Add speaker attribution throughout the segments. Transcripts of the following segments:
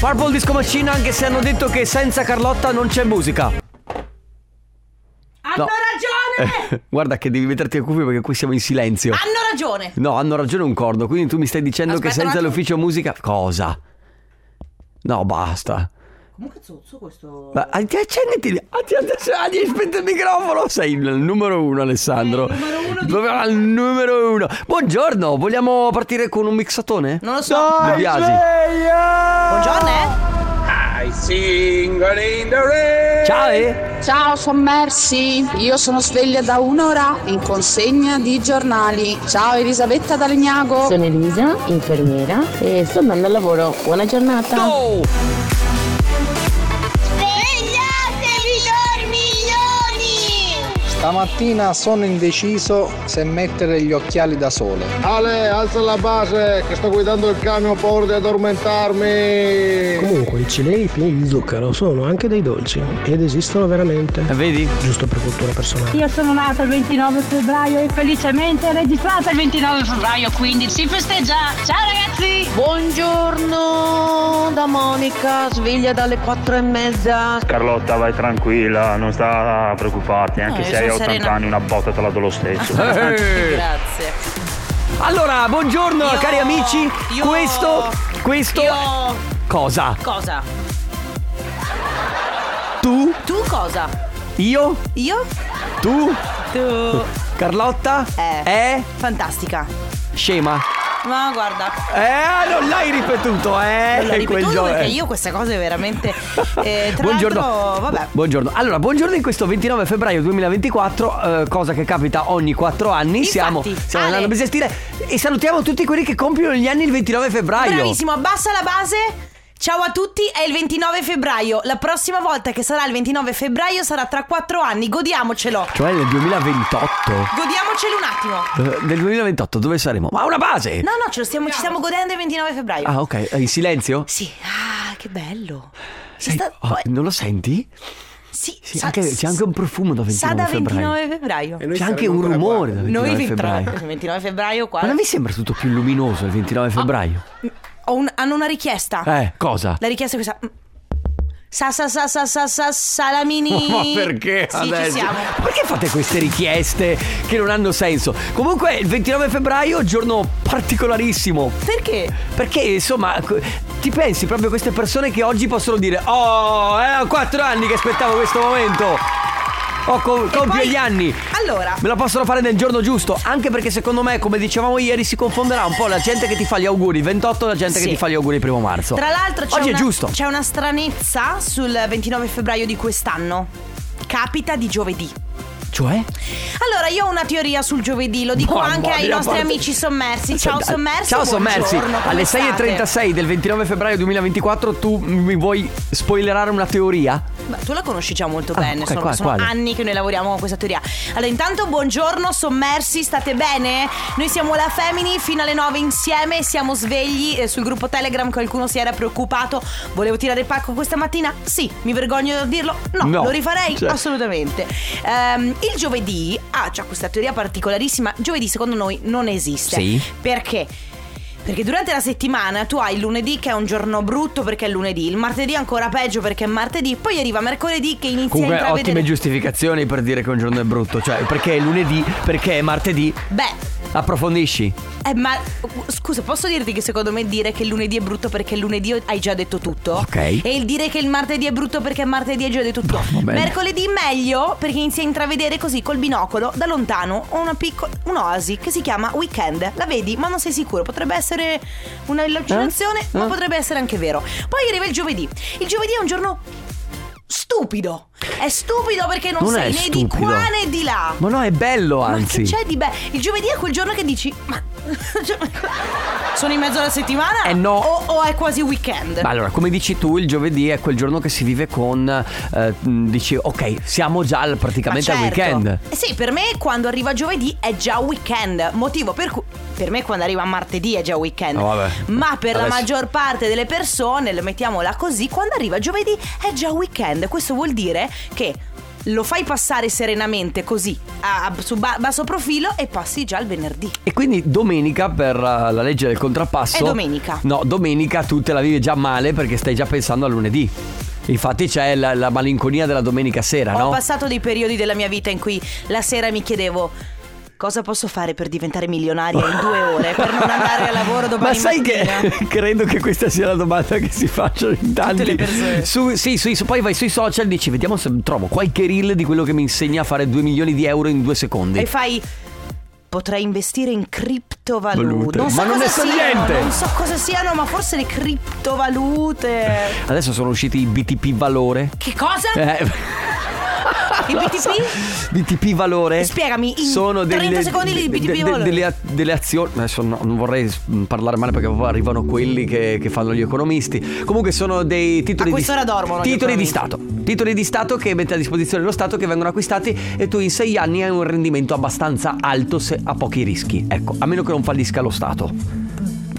Speaker 1: Purple Disco Machine anche se hanno detto che senza Carlotta non c'è musica.
Speaker 2: Hanno ragione!
Speaker 1: Eh, Guarda che devi metterti a cuffie perché qui siamo in silenzio.
Speaker 2: Hanno ragione!
Speaker 1: No, hanno ragione un corno, quindi tu mi stai dicendo che
Speaker 2: Aspetta un
Speaker 1: senza
Speaker 2: attimo.
Speaker 1: l'ufficio musica... Cosa? No, basta.
Speaker 2: Comunque zozzo questo.
Speaker 1: Ma anche accenditi, anche accenditi, spenti il microfono. Sei il numero uno, Alessandro.
Speaker 2: Sei Eh, il numero uno di-
Speaker 1: Proprio al numero uno. Buongiorno, vogliamo partire con un mixatone?
Speaker 2: Non lo so.
Speaker 1: De Biasi.
Speaker 2: Buongiorno, eh?
Speaker 1: Ciao, eh?
Speaker 3: Ciao sommersi, io sono sveglia da un'ora in consegna di giornali. Ciao Elisabetta D'Alegnago.
Speaker 4: Sono Elisa, infermiera e sto andando al lavoro. Buona giornata.
Speaker 1: Oh!
Speaker 5: Svegliatevi dormiglioni!
Speaker 6: Stamattina sono indeciso se mettere gli occhiali da sole. Ale, alza la base che sto guidando il camion, ho paura di addormentarmi.
Speaker 7: Comunque i cilei pieni di zucchero sono anche dei dolci ed esistono veramente,
Speaker 1: Eh, Vedi?
Speaker 7: giusto per cultura personale.
Speaker 8: Io sono nata il 29 febbraio e felicemente registrata il 29 febbraio, quindi si festeggia! Ciao ragazzi!
Speaker 9: Buongiorno da Monica, sveglia dalle quattro e mezza.
Speaker 10: Carlotta vai tranquilla, non sta a preoccuparti, anche
Speaker 2: io
Speaker 10: se hai
Speaker 2: sono
Speaker 10: 80
Speaker 2: serena.
Speaker 10: anni una botta te la do lo stesso.
Speaker 1: Eh.
Speaker 2: Grazie.
Speaker 1: Allora, buongiorno
Speaker 2: Io-
Speaker 1: cari amici.
Speaker 2: io-
Speaker 1: Questo, questo...
Speaker 2: Io.
Speaker 1: Cosa?
Speaker 2: Cosa?
Speaker 1: Tu?
Speaker 2: Tu cosa?
Speaker 1: Io?
Speaker 2: Io?
Speaker 1: Tu?
Speaker 2: Tu.
Speaker 1: Carlotta?
Speaker 2: Eh.
Speaker 1: È?
Speaker 2: Fantastica.
Speaker 1: Scema.
Speaker 2: Ma guarda.
Speaker 1: Eh, non l'hai ripetuto, eh?
Speaker 2: L'ho
Speaker 1: quel
Speaker 2: ripetuto
Speaker 1: gioco,
Speaker 2: perché
Speaker 1: eh.
Speaker 2: io queste cose veramente. eh, tra
Speaker 1: buongiorno.
Speaker 2: l'altro, vabbè.
Speaker 1: Buongiorno. Allora, buongiorno in questo 29 febbraio 2024, eh, cosa che capita ogni 4 anni.
Speaker 2: Infatti,
Speaker 1: siamo siamo
Speaker 2: Ale.
Speaker 1: nell'anno bisestile e salutiamo tutti quelli che compiono gli anni il 29 febbraio.
Speaker 2: Bravissimo, abbassa la base. Ciao a tutti, è il 29 febbraio. La prossima volta che sarà il 29 febbraio sarà tra quattro anni. Godiamocelo.
Speaker 1: Cioè nel 2028.
Speaker 2: Godiamocelo un attimo.
Speaker 1: Eh, Nel 2028 dove saremo? Ma una base!
Speaker 2: No, no, ce lo stiamo, ci stiamo godendo il 29 febbraio.
Speaker 1: Eh. Ah, ok, eh, in silenzio?
Speaker 2: Sì, ah, che bello. Si
Speaker 1: Sai-
Speaker 2: sta-
Speaker 1: oh,
Speaker 2: poi-
Speaker 1: non lo senti?
Speaker 2: sì,
Speaker 1: Sì,
Speaker 2: sa-
Speaker 1: anche- c'è anche un profumo da
Speaker 2: Sa
Speaker 1: 29
Speaker 2: da
Speaker 1: febbraio.
Speaker 2: 29 febbraio.
Speaker 1: C'è anche un rumore da 29
Speaker 2: Noi 29
Speaker 1: febbraio.
Speaker 2: febbraio. 29 febbraio qua. Ah.
Speaker 1: Ma non vi sembra tutto più luminoso il 29 febbraio?
Speaker 2: Ho un- hanno una richiesta.
Speaker 1: Eh, cosa?
Speaker 2: La richiesta è questa. Mm. Sa sa sa sa sa sa salamini.
Speaker 1: Ma perché
Speaker 2: Sì,
Speaker 1: adesso?
Speaker 2: ci siamo.
Speaker 1: Perché fate queste richieste che non hanno senso? Comunque il 29 febbraio, giorno particolarissimo.
Speaker 2: Perché?
Speaker 1: Perché insomma, co- ti pensi proprio a queste persone che oggi possono dire Oh, è a 4 anni che aspettavo questo momento. Ho co- compio
Speaker 2: poi-
Speaker 1: gli anni.
Speaker 2: Allora,
Speaker 1: Me la possono fare nel giorno giusto, anche perché secondo me, come dicevamo ieri, si confonderà un po' la gente che ti fa gli auguri il 28 e la gente
Speaker 2: Sì.
Speaker 1: che ti fa gli auguri il primo marzo.
Speaker 2: tra l'altro c'è,
Speaker 1: Oggi
Speaker 2: una,
Speaker 1: è giusto.
Speaker 2: c'è una stranezza sul 29 febbraio di quest'anno. Capita di giovedì.
Speaker 1: Cioè?
Speaker 2: Allora, io ho una teoria sul giovedì, lo dico
Speaker 1: Mamma
Speaker 2: anche ai
Speaker 1: mia,
Speaker 2: nostri
Speaker 1: guarda.
Speaker 2: amici sommersi. Ciao
Speaker 1: Senta,
Speaker 2: sommersi.
Speaker 1: Ciao sommersi.
Speaker 2: buongiorno, come
Speaker 1: Alle
Speaker 2: state?
Speaker 1: 6.36 del 29 febbraio 2024 tu mi vuoi spoilerare una teoria?
Speaker 2: Beh, tu la conosci già molto
Speaker 1: Ah,
Speaker 2: bene,
Speaker 1: ok,
Speaker 2: sono,
Speaker 1: qua-
Speaker 2: sono
Speaker 1: quale?
Speaker 2: anni che noi lavoriamo con questa teoria. Allora, intanto buongiorno, sommersi, state bene? Noi siamo la Femini fino alle 9 insieme, siamo svegli eh, sul gruppo Telegram, qualcuno si era preoccupato, volevo tirare il pacco questa mattina? Sì, mi vergogno di dirlo? No,
Speaker 1: No,
Speaker 2: lo rifarei?
Speaker 1: cioè-
Speaker 2: Assolutamente. Ehm, il giovedì, ah, c'è questa teoria particolarissima, giovedì secondo noi non esiste.
Speaker 1: Sì.
Speaker 2: Perché? Perché durante la settimana tu hai il lunedì che è un giorno brutto perché è lunedì, il martedì ancora peggio perché è martedì, poi arriva mercoledì che inizia a
Speaker 1: Comunque
Speaker 2: intravedere...
Speaker 1: ottime giustificazioni per dire che un giorno è brutto, cioè perché è lunedì, perché è martedì.
Speaker 2: Beh,
Speaker 1: Approfondisci.
Speaker 2: eh, ma scusa, posso dirti che secondo me dire che il lunedì è brutto perché il lunedì hai già detto tutto?
Speaker 1: Ok.
Speaker 2: E il dire che il martedì è brutto perché martedì hai già detto tutto.
Speaker 1: va bene.
Speaker 2: Mercoledì meglio perché inizia a intravedere così col binocolo da lontano una piccola un'oasi che si chiama Weekend. La vedi, ma non sei sicuro, potrebbe essere un'allucinazione, ma
Speaker 1: Eh?
Speaker 2: potrebbe essere anche vero. Poi arriva il giovedì. Il giovedì è un giorno stupido. È stupido perché non,
Speaker 1: Non è
Speaker 2: sei né di
Speaker 1: stupido.
Speaker 2: qua né di là.
Speaker 1: Ma no, è bello
Speaker 2: Ma che
Speaker 1: anzi.
Speaker 2: c'è di bello? Il giovedì è quel giorno che dici, ma. cioè, Sono in mezzo alla settimana?
Speaker 1: Eh no.
Speaker 2: O, o è quasi weekend?
Speaker 1: Ma allora, come dici tu, il giovedì è quel giorno che si vive con eh, mh, dici ok, siamo già al-
Speaker 2: Ma
Speaker 1: praticamente
Speaker 2: certo.
Speaker 1: al weekend.
Speaker 2: Eh sì, per me quando arriva giovedì è già weekend. Motivo per cui. Per me quando arriva martedì è già weekend.
Speaker 1: Ah, vabbè.
Speaker 2: Ma per la
Speaker 1: Adesso-
Speaker 2: maggior parte delle persone, lo mettiamola così, quando arriva giovedì è già weekend. Questo vuol dire che lo fai passare serenamente così a, a- su ba- basso profilo e passi già il venerdì.
Speaker 1: E quindi domenica per eh, la legge del contrappasso.
Speaker 2: È domenica.
Speaker 1: No, domenica tu te la vivi già male perché stai già pensando a lunedì. Infatti c'è la, la malinconia della domenica sera,
Speaker 2: Ho
Speaker 1: no?
Speaker 2: passato dei periodi della mia vita in cui la sera mi chiedevo cosa posso fare per diventare milionaria in due ore, per non andare al lavoro domani
Speaker 1: Ma sai
Speaker 2: mattina.
Speaker 1: che credo che questa sia la domanda che si facciano in tanti.
Speaker 2: le persone.
Speaker 1: Su- sì, sì, su- poi vai sui social e dici vediamo se trovo qualche reel di quello che mi insegna a fare 2 milioni di euro in due secondi.
Speaker 2: E fai. Potrei investire in criptovalute.
Speaker 1: Valute. Ma non
Speaker 2: cosa
Speaker 1: ne so
Speaker 2: siano,
Speaker 1: niente.
Speaker 2: Non so cosa siano, ma forse le criptovalute.
Speaker 1: Adesso sono usciti i BTP valore.
Speaker 2: Che cosa?
Speaker 1: Eh,
Speaker 2: I BTP?
Speaker 1: BTP valore?
Speaker 2: Spiegami, in 30 secondi di BTP
Speaker 1: de-
Speaker 2: valore.
Speaker 1: delle, a- delle azioni. Adesso no, non vorrei s- mm, parlare male perché poi arrivano quelli che, che fanno gli economisti. Comunque sono dei titoli
Speaker 2: A
Speaker 1: di
Speaker 2: quest'ora dormono gli
Speaker 1: Titoli di
Speaker 2: economisti.
Speaker 1: Stato. Titoli di Stato che mette a disposizione lo Stato che vengono acquistati e tu in sei anni hai un rendimento abbastanza alto se a pochi rischi. Ecco, a meno che non fallisca lo Stato.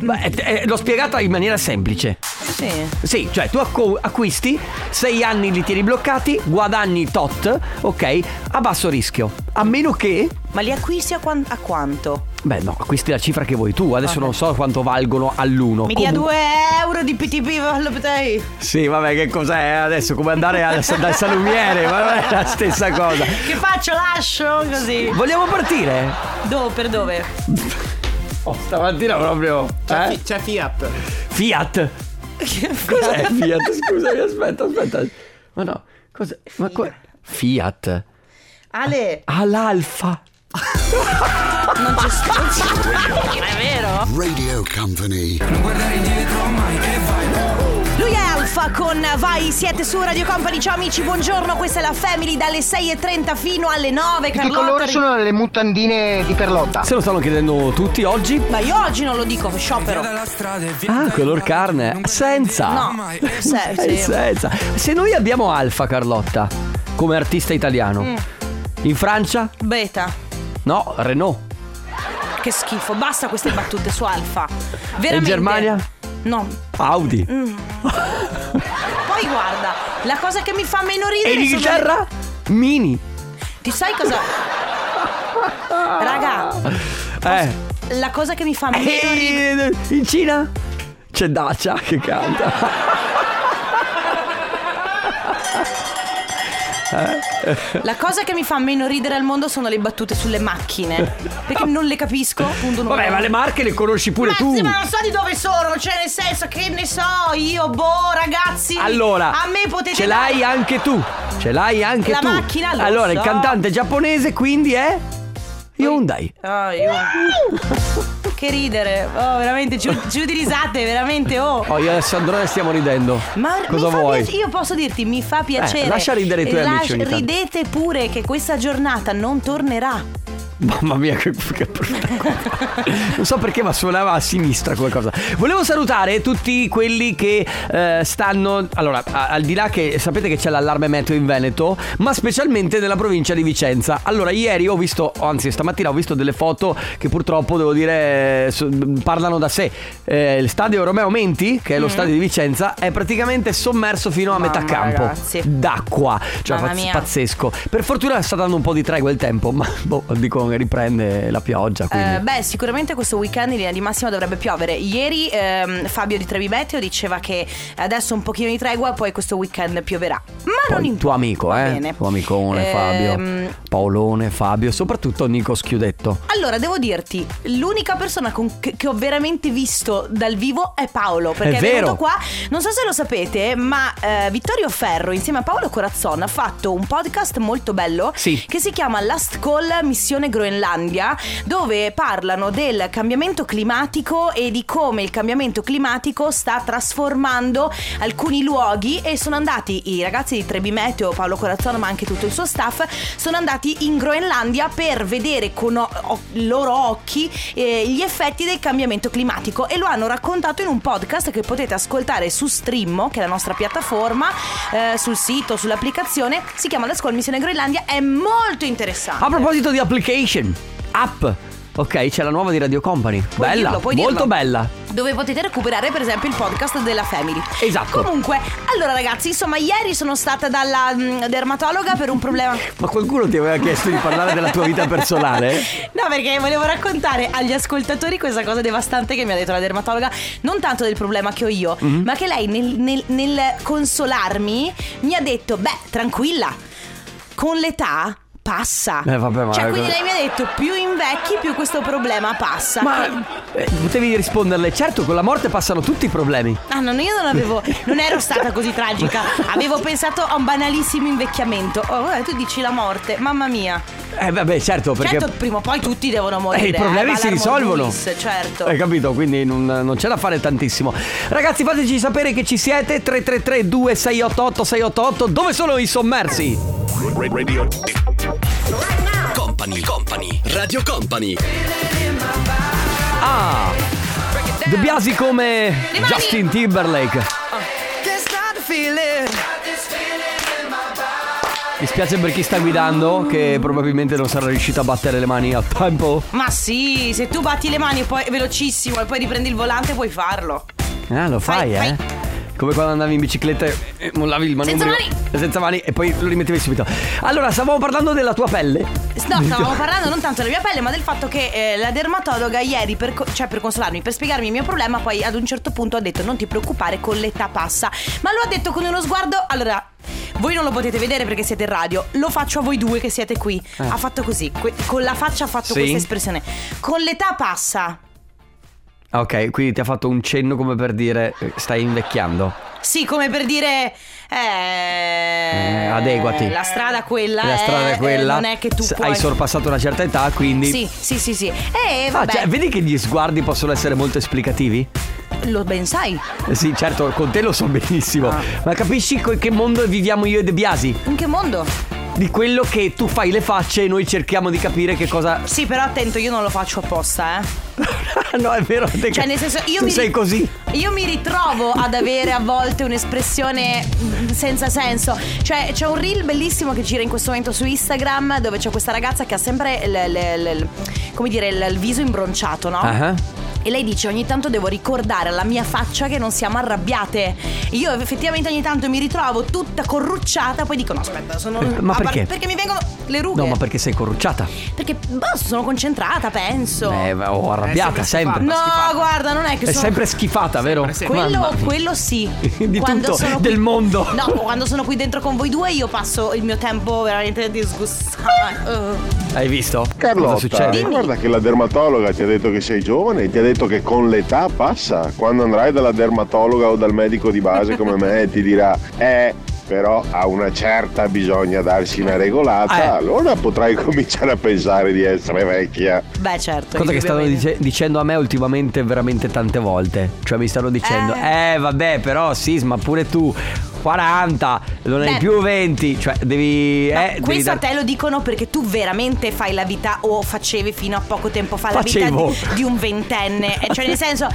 Speaker 1: Ma è- è- l'ho spiegata in maniera semplice.
Speaker 2: Sì.
Speaker 1: Sì, cioè tu acqu- acquisti, sei anni li tieni bloccati, guadagni tot, ok, a basso rischio. A meno che...
Speaker 2: Ma li acquisti a, quan- a quanto?
Speaker 1: Beh no, acquisti la cifra che vuoi tu, adesso non so quanto valgono all'uno.
Speaker 2: Mi dia
Speaker 1: Oh, Comu-
Speaker 2: 2 euro di PTP valute.
Speaker 1: Sì, vabbè, che cos'è adesso? Come andare al- dal salumiere, ma non è la stessa cosa.
Speaker 2: Che faccio? Lascio così.
Speaker 1: Vogliamo partire?
Speaker 2: Dove? Per dove?
Speaker 1: Oh, stamattina proprio... C'è, Fiat. Fiat? Cos'è Fiat? Scusami, aspetta, aspetta. Ma no, cos'è? Ma co- Fiat.
Speaker 2: Ale,
Speaker 1: Ah, All'alfa.
Speaker 2: non c'è spazio. Ma è vero?
Speaker 11: Radio Company.
Speaker 2: Lui è Alfa con Vai, siete su Radio Company. Ciao amici, buongiorno. Questa è la Family dalle 6.30 fino alle 9. Carlotta.
Speaker 9: le mutandine di Perlotta?
Speaker 1: Se lo stanno chiedendo tutti oggi.
Speaker 2: Ma io oggi non lo dico, sciopero.
Speaker 1: Ah, color carne. Senza.
Speaker 2: No, se-
Speaker 1: Eh,
Speaker 2: se-
Speaker 1: senza. Se noi abbiamo Alfa Carlotta come artista italiano, in Francia?
Speaker 2: Mm, Beta.
Speaker 1: No, Renault.
Speaker 2: Che schifo, basta queste battute su Alfa. Veramente.
Speaker 1: In Germania?
Speaker 2: No.
Speaker 1: Audi.
Speaker 2: Poi guarda, la cosa che mi fa meno
Speaker 1: E
Speaker 2: ridere
Speaker 1: in
Speaker 2: sono-
Speaker 1: Inghilterra? Mini.
Speaker 2: Ti sai cosa? Raga,
Speaker 1: Eh.
Speaker 2: la cosa che mi fa meno ridere
Speaker 1: E in Cina? C'è Dacia che canta.
Speaker 2: La cosa che mi fa meno ridere al mondo sono le battute sulle macchine. Perché non le capisco. Punto numero
Speaker 1: Vabbè,
Speaker 2: uno.
Speaker 1: ma le marche le conosci pure
Speaker 2: Ma
Speaker 1: tu.
Speaker 2: sì, ma non so di dove sono, cioè nel senso che ne so io, boh, ragazzi.
Speaker 1: Allora,
Speaker 2: a me potete
Speaker 1: ce l'hai anche tu. Ce l'hai anche
Speaker 2: La
Speaker 1: tu.
Speaker 2: macchina, lo
Speaker 1: allora, il
Speaker 2: so.
Speaker 1: cantante giapponese quindi è Hyundai.
Speaker 2: Ah, io-
Speaker 1: Uh.
Speaker 2: che ridere. Oh, veramente giù, giù di risate, veramente oh.
Speaker 1: Oh, io e Alessandro ne stiamo ridendo.
Speaker 2: Ma
Speaker 1: cosa
Speaker 2: mi fa
Speaker 1: vuoi? Eh,
Speaker 2: piace- io posso dirti, mi fa piacere.
Speaker 1: lascia ridere i tuoi amici ogni tanto.
Speaker 2: Ridete pure che questa giornata non tornerà.
Speaker 1: Mamma mia, che, che brutta cosa. Non so perché, ma suonava a sinistra qualcosa. Volevo salutare tutti quelli che eh, stanno. Allora, a- al di là che sapete che c'è l'allarme meteo in Veneto, ma specialmente nella provincia di Vicenza. Allora, ieri ho visto, o anzi, stamattina ho visto delle foto che purtroppo devo dire so- parlano da sé. Eh, il stadio Romeo Menti, che è lo stadio di Vicenza, è praticamente sommerso fino a metà
Speaker 2: Mm. Mamma,
Speaker 1: campo
Speaker 2: ragazzi.
Speaker 1: d'acqua. Cioè,
Speaker 2: Mamma
Speaker 1: pazz-
Speaker 2: mia.
Speaker 1: pazzesco. Per fortuna sta dando un po' di tregua il tempo, ma boh, dico che riprende la pioggia. Quindi.
Speaker 2: Eh, beh, sicuramente questo weekend in linea di massima dovrebbe piovere. Ieri ehm, Fabio di Trevi Meteo diceva che adesso un pochino di tregua, poi questo weekend pioverà. Ma non
Speaker 1: Poi
Speaker 2: in
Speaker 1: tuo amico,
Speaker 2: Va
Speaker 1: eh?
Speaker 2: bene.
Speaker 1: Tuo amicone
Speaker 2: Ehm,
Speaker 1: Fabio. Paolone Fabio, soprattutto Nico Schiudetto.
Speaker 2: Allora, devo dirti, l'unica persona con- che, che ho veramente visto dal vivo è Paolo. Perché
Speaker 1: È
Speaker 2: è,
Speaker 1: vero.
Speaker 2: venuto qua. Non so se lo sapete, ma eh, Vittorio Ferro, insieme a Paolo Corazzon, ha fatto un podcast molto bello
Speaker 1: Sì.
Speaker 2: che si chiama Last Call Missione Groenlandia, dove parlano del cambiamento climatico e di come il cambiamento climatico sta trasformando alcuni luoghi e sono andati i ragazzi di Trebi Meteo, Paolo Corazzano ma anche tutto il suo staff, sono andati in Groenlandia per vedere con o- o- i loro occhi eh, gli effetti del cambiamento climatico e lo hanno raccontato in un podcast che potete ascoltare su Streammo, che è la nostra piattaforma, eh, sul sito, sull'applicazione, si chiama Last Call Missione Groenlandia, è molto interessante.
Speaker 1: A proposito di application, app. Ok, c'è la nuova di Radio Company.
Speaker 2: Puoi
Speaker 1: bella,
Speaker 2: dirlo, puoi
Speaker 1: molto
Speaker 2: dirlo.
Speaker 1: bella.
Speaker 2: dove potete recuperare per esempio il podcast della Family.
Speaker 1: Esatto.
Speaker 2: Comunque, allora ragazzi, insomma, ieri sono stata dalla mm, dermatologa per un problema.
Speaker 1: Ma qualcuno ti aveva chiesto di parlare della tua vita personale? Eh,
Speaker 2: No, perché volevo raccontare agli ascoltatori questa cosa devastante che mi ha detto la dermatologa. Non tanto del problema che ho io,
Speaker 1: Mhm.
Speaker 2: ma che lei nel, nel- nel consolarmi mi ha detto: Beh, tranquilla, con l'età. Passa.
Speaker 1: Eh, vabbè, ma-
Speaker 2: Cioè, quindi lei mi ha detto: più invecchi, più questo problema passa. Che-
Speaker 1: Ma eh, potevi risponderle, certo, con la morte passano tutti i problemi.
Speaker 2: Ah, no, no, io non avevo. Non ero stata così tragica. Avevo pensato a un banalissimo invecchiamento. Oh, vabbè, tu dici la morte, mamma mia.
Speaker 1: Eh vabbè, certo, perché...
Speaker 2: Certo, prima o poi tutti devono morire.
Speaker 1: Eh, I problemi
Speaker 2: eh,
Speaker 1: si
Speaker 2: Valar
Speaker 1: risolvono. Eh,
Speaker 2: Morgulis, certo.
Speaker 1: Hai capito? Quindi non, non c'è da fare tantissimo. Ragazzi, fateci sapere che ci siete. 333-2688-688. Dove sono i sommersi?
Speaker 11: Company, company, Radio Company.
Speaker 1: Ah, De Biasi come Justin Timberlake. Mi spiace per chi sta guidando, che probabilmente non sarà riuscito a battere le mani al tempo.
Speaker 2: Ma sì, se tu batti le mani e poi velocissimo e poi riprendi il volante puoi farlo.
Speaker 1: Ah, lo fai,
Speaker 2: Fai,
Speaker 1: eh? Come quando andavi in bicicletta e e mollavi il manubrio
Speaker 2: Senza
Speaker 1: senza mani e poi lo rimettevi subito. Allora, stavamo parlando della tua pelle.
Speaker 2: No, stavamo parlando non tanto della mia pelle, ma del fatto che eh, la dermatologa ieri, per, co- cioè per consolarmi, per spiegarmi il mio problema, poi ad un certo punto ha detto non ti preoccupare con l'età passa. Ma lo ha detto con uno sguardo... Allora, voi non lo potete vedere perché siete in radio, lo faccio a voi due che siete qui. Ha fatto così, que- con la faccia ha fatto
Speaker 1: Eh. Sì.
Speaker 2: questa espressione. Con l'età passa.
Speaker 1: Ah, Ok, quindi ti ha fatto un cenno come per dire eh, stai invecchiando.
Speaker 2: Sì, come per dire... Eh,
Speaker 1: Eh, adeguati.
Speaker 2: La strada quella.
Speaker 1: La strada è quella.
Speaker 2: Non è che tu
Speaker 1: S-
Speaker 2: puoi...
Speaker 1: Hai sorpassato una certa età, quindi.
Speaker 2: Sì, sì, sì, sì. E
Speaker 1: Ah,
Speaker 2: vabbè,
Speaker 1: cioè, vedi che gli sguardi possono essere molto esplicativi?
Speaker 2: lo ben sai.
Speaker 1: Eh Sì, certo, con te lo so benissimo. Ma capisci co- che mondo viviamo io e De Biasi?
Speaker 2: Ah. In che mondo?
Speaker 1: Di quello che tu fai le facce e noi cerchiamo di capire che cosa.
Speaker 2: Sì, però attento, io non lo faccio apposta, eh.
Speaker 1: no, è vero. te
Speaker 2: Cioè,
Speaker 1: che-
Speaker 2: nel senso, io
Speaker 1: tu
Speaker 2: mi
Speaker 1: sei
Speaker 2: ri-
Speaker 1: così.
Speaker 2: Io mi ritrovo ad avere a volte un'espressione mm, senza senso. Cioè, c'è un reel bellissimo che gira in questo momento su Instagram dove c'è questa ragazza che ha sempre il- il- il- il- come dire, il, il viso imbronciato, no?
Speaker 1: Ah.
Speaker 2: E lei dice ogni tanto devo ricordare alla mia faccia che non siamo arrabbiate. Io effettivamente ogni tanto mi ritrovo tutta corrucciata, poi dico no aspetta, sono...
Speaker 1: Eh, ma
Speaker 2: a par-
Speaker 1: perché?
Speaker 2: Perché mi vengono le rughe.
Speaker 1: No, ma perché sei corrucciata?
Speaker 2: Perché boh, sono concentrata, penso.
Speaker 1: Eh, ma- o arrabbiata, sempre.
Speaker 2: No, guarda, non è che
Speaker 1: È
Speaker 2: sono.
Speaker 1: sempre schifata, vero? Mamma
Speaker 2: Quello,
Speaker 1: mia.
Speaker 2: quello sì.
Speaker 1: Di tutto, del mondo.
Speaker 2: No, quando sono qui dentro con voi due, io passo il mio tempo veramente disgustato.
Speaker 1: Hai visto? Cosa
Speaker 12: Carlotta,
Speaker 1: succede?
Speaker 12: guarda che la dermatologa ti ha detto che sei giovane e ti ha detto che con l'età passa. Quando andrai dalla dermatologa o dal medico di base come me ti dirà eh però a una certa bisogna darsi una regolata,
Speaker 1: Eh.
Speaker 12: allora potrai cominciare a pensare di essere vecchia.
Speaker 2: Beh, certo.
Speaker 1: Cosa che stanno
Speaker 2: indubbiamente.
Speaker 1: dice- dicendo a me ultimamente veramente tante volte. Cioè mi stanno dicendo, eh, vabbè però Sisma pure tu 40, non hai
Speaker 2: Beh.
Speaker 1: più 20, cioè devi...
Speaker 2: Ma
Speaker 1: eh, devi
Speaker 2: questo
Speaker 1: dar-
Speaker 2: a te lo dicono perché tu veramente fai la vita o facevi fino a poco tempo fa la
Speaker 1: Facevo.
Speaker 2: vita di, di un ventenne. Eh, cioè, nel senso,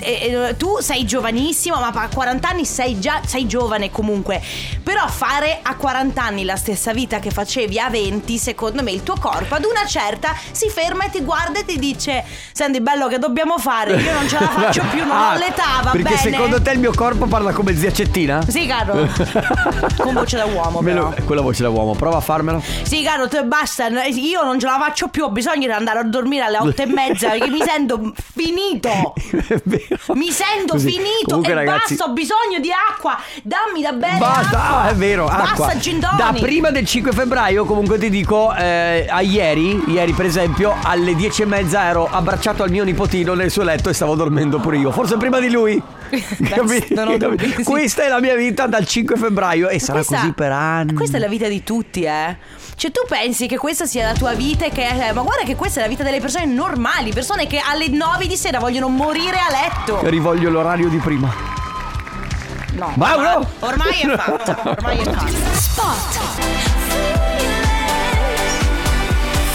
Speaker 2: eh, eh, tu sei giovanissimo, ma a 40 anni sei già sei giovane comunque. Però fare a 40 anni la stessa vita che facevi a 20, secondo me il tuo corpo ad una certa si ferma e ti guarda e ti dice: Senti, bello che dobbiamo fare, io non ce la faccio più, non
Speaker 1: Ah,
Speaker 2: ho l'età, va
Speaker 1: Perché
Speaker 2: bene.
Speaker 1: secondo te il mio corpo parla come zia Cettina?
Speaker 2: Sì, caro. Con voce da uomo,
Speaker 1: Me lo-
Speaker 2: però.
Speaker 1: Quella voce da uomo, prova a farmelo.
Speaker 2: Sì, caro, te basta, n- io non ce la faccio più, ho bisogno di andare a dormire alle otto e mezza perché mi sento finito.
Speaker 1: È vero.
Speaker 2: Mi sento
Speaker 1: Così.
Speaker 2: finito
Speaker 1: Comunque,
Speaker 2: e
Speaker 1: ragazzi-
Speaker 2: basta, ho bisogno di acqua. Dammi da bere.
Speaker 1: Basta,
Speaker 2: acqua.
Speaker 1: ah, è vero, acqua.
Speaker 2: Basta gin tonic.
Speaker 1: Da prima del 5 febbraio, comunque ti dico, eh, a ieri, ieri per esempio, alle 10 e mezza ero abbracciato al mio nipotino nel suo letto e stavo dormendo pure io, forse prima di lui. Capito?
Speaker 2: non ho dubbi, sì.
Speaker 1: Questa è la mia vita dal 5 febbraio e sarà
Speaker 2: Questa-
Speaker 1: così per anni.
Speaker 2: Questa è la vita di tutti, eh. Cioè, tu pensi che questa sia la tua vita e che. eh, ma guarda che questa è la vita delle persone normali, persone che alle 9 di sera vogliono morire a letto.
Speaker 1: Rivoglio l'orario di prima.
Speaker 2: No.
Speaker 1: Mauro!
Speaker 2: Ormai è fatto, ormai è fatto.
Speaker 5: Spot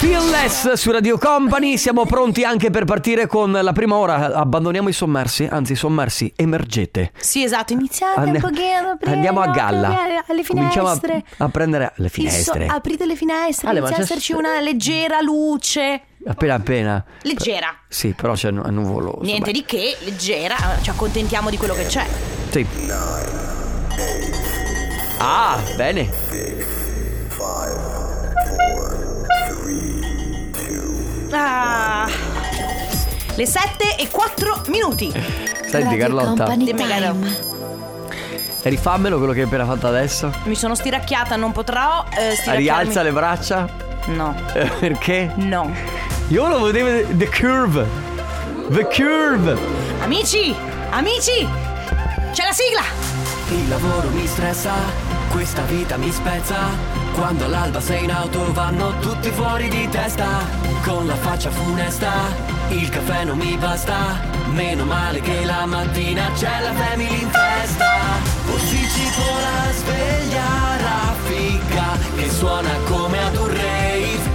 Speaker 1: Fearless su Radio Company, siamo pronti anche per partire con la prima ora. Abbandoniamo i sommersi, anzi i sommersi, emergete.
Speaker 2: Sì, esatto, iniziate
Speaker 1: Ande-
Speaker 2: un pochino. aprire
Speaker 1: Andiamo a
Speaker 2: le occhi,
Speaker 1: galla.
Speaker 2: magari Alle
Speaker 1: Cominciamo a,
Speaker 2: finestre.
Speaker 1: a prendere le
Speaker 2: Il so-
Speaker 1: finestre.
Speaker 2: aprite le finestre,
Speaker 1: Ale, ma
Speaker 2: inizia a
Speaker 1: c'è-
Speaker 2: esserci una leggera luce.
Speaker 1: Appena appena.
Speaker 2: Leggera.
Speaker 1: Sì, però c'è nu- nuvoloso.
Speaker 2: Niente di che, leggera. Ci accontentiamo di quello che c'è.
Speaker 1: Sì. Ah, bene.
Speaker 2: Ah. Le 7 e 4 minuti.
Speaker 1: Eh, Senti, Radio Carlotta. Company
Speaker 2: Dimmi, Carlotta.
Speaker 1: Rifammelo quello che hai appena fatto adesso.
Speaker 2: Mi sono stiracchiata, non potrò eh, stiracchiarmi.
Speaker 1: Rialza le braccia.
Speaker 2: No.
Speaker 1: Perché?
Speaker 2: No.
Speaker 1: Io lo vedevo. The curve. The curve.
Speaker 2: Amici, amici, c'è la sigla.
Speaker 11: Il lavoro mi stressa, questa vita mi spezza. Quando all'alba sei in auto vanno tutti fuori di testa. Con la faccia funesta, il caffè non mi basta. Meno male che la mattina c'è la family in festa. Posticipo la sveglia raffica che suona come ad un rave.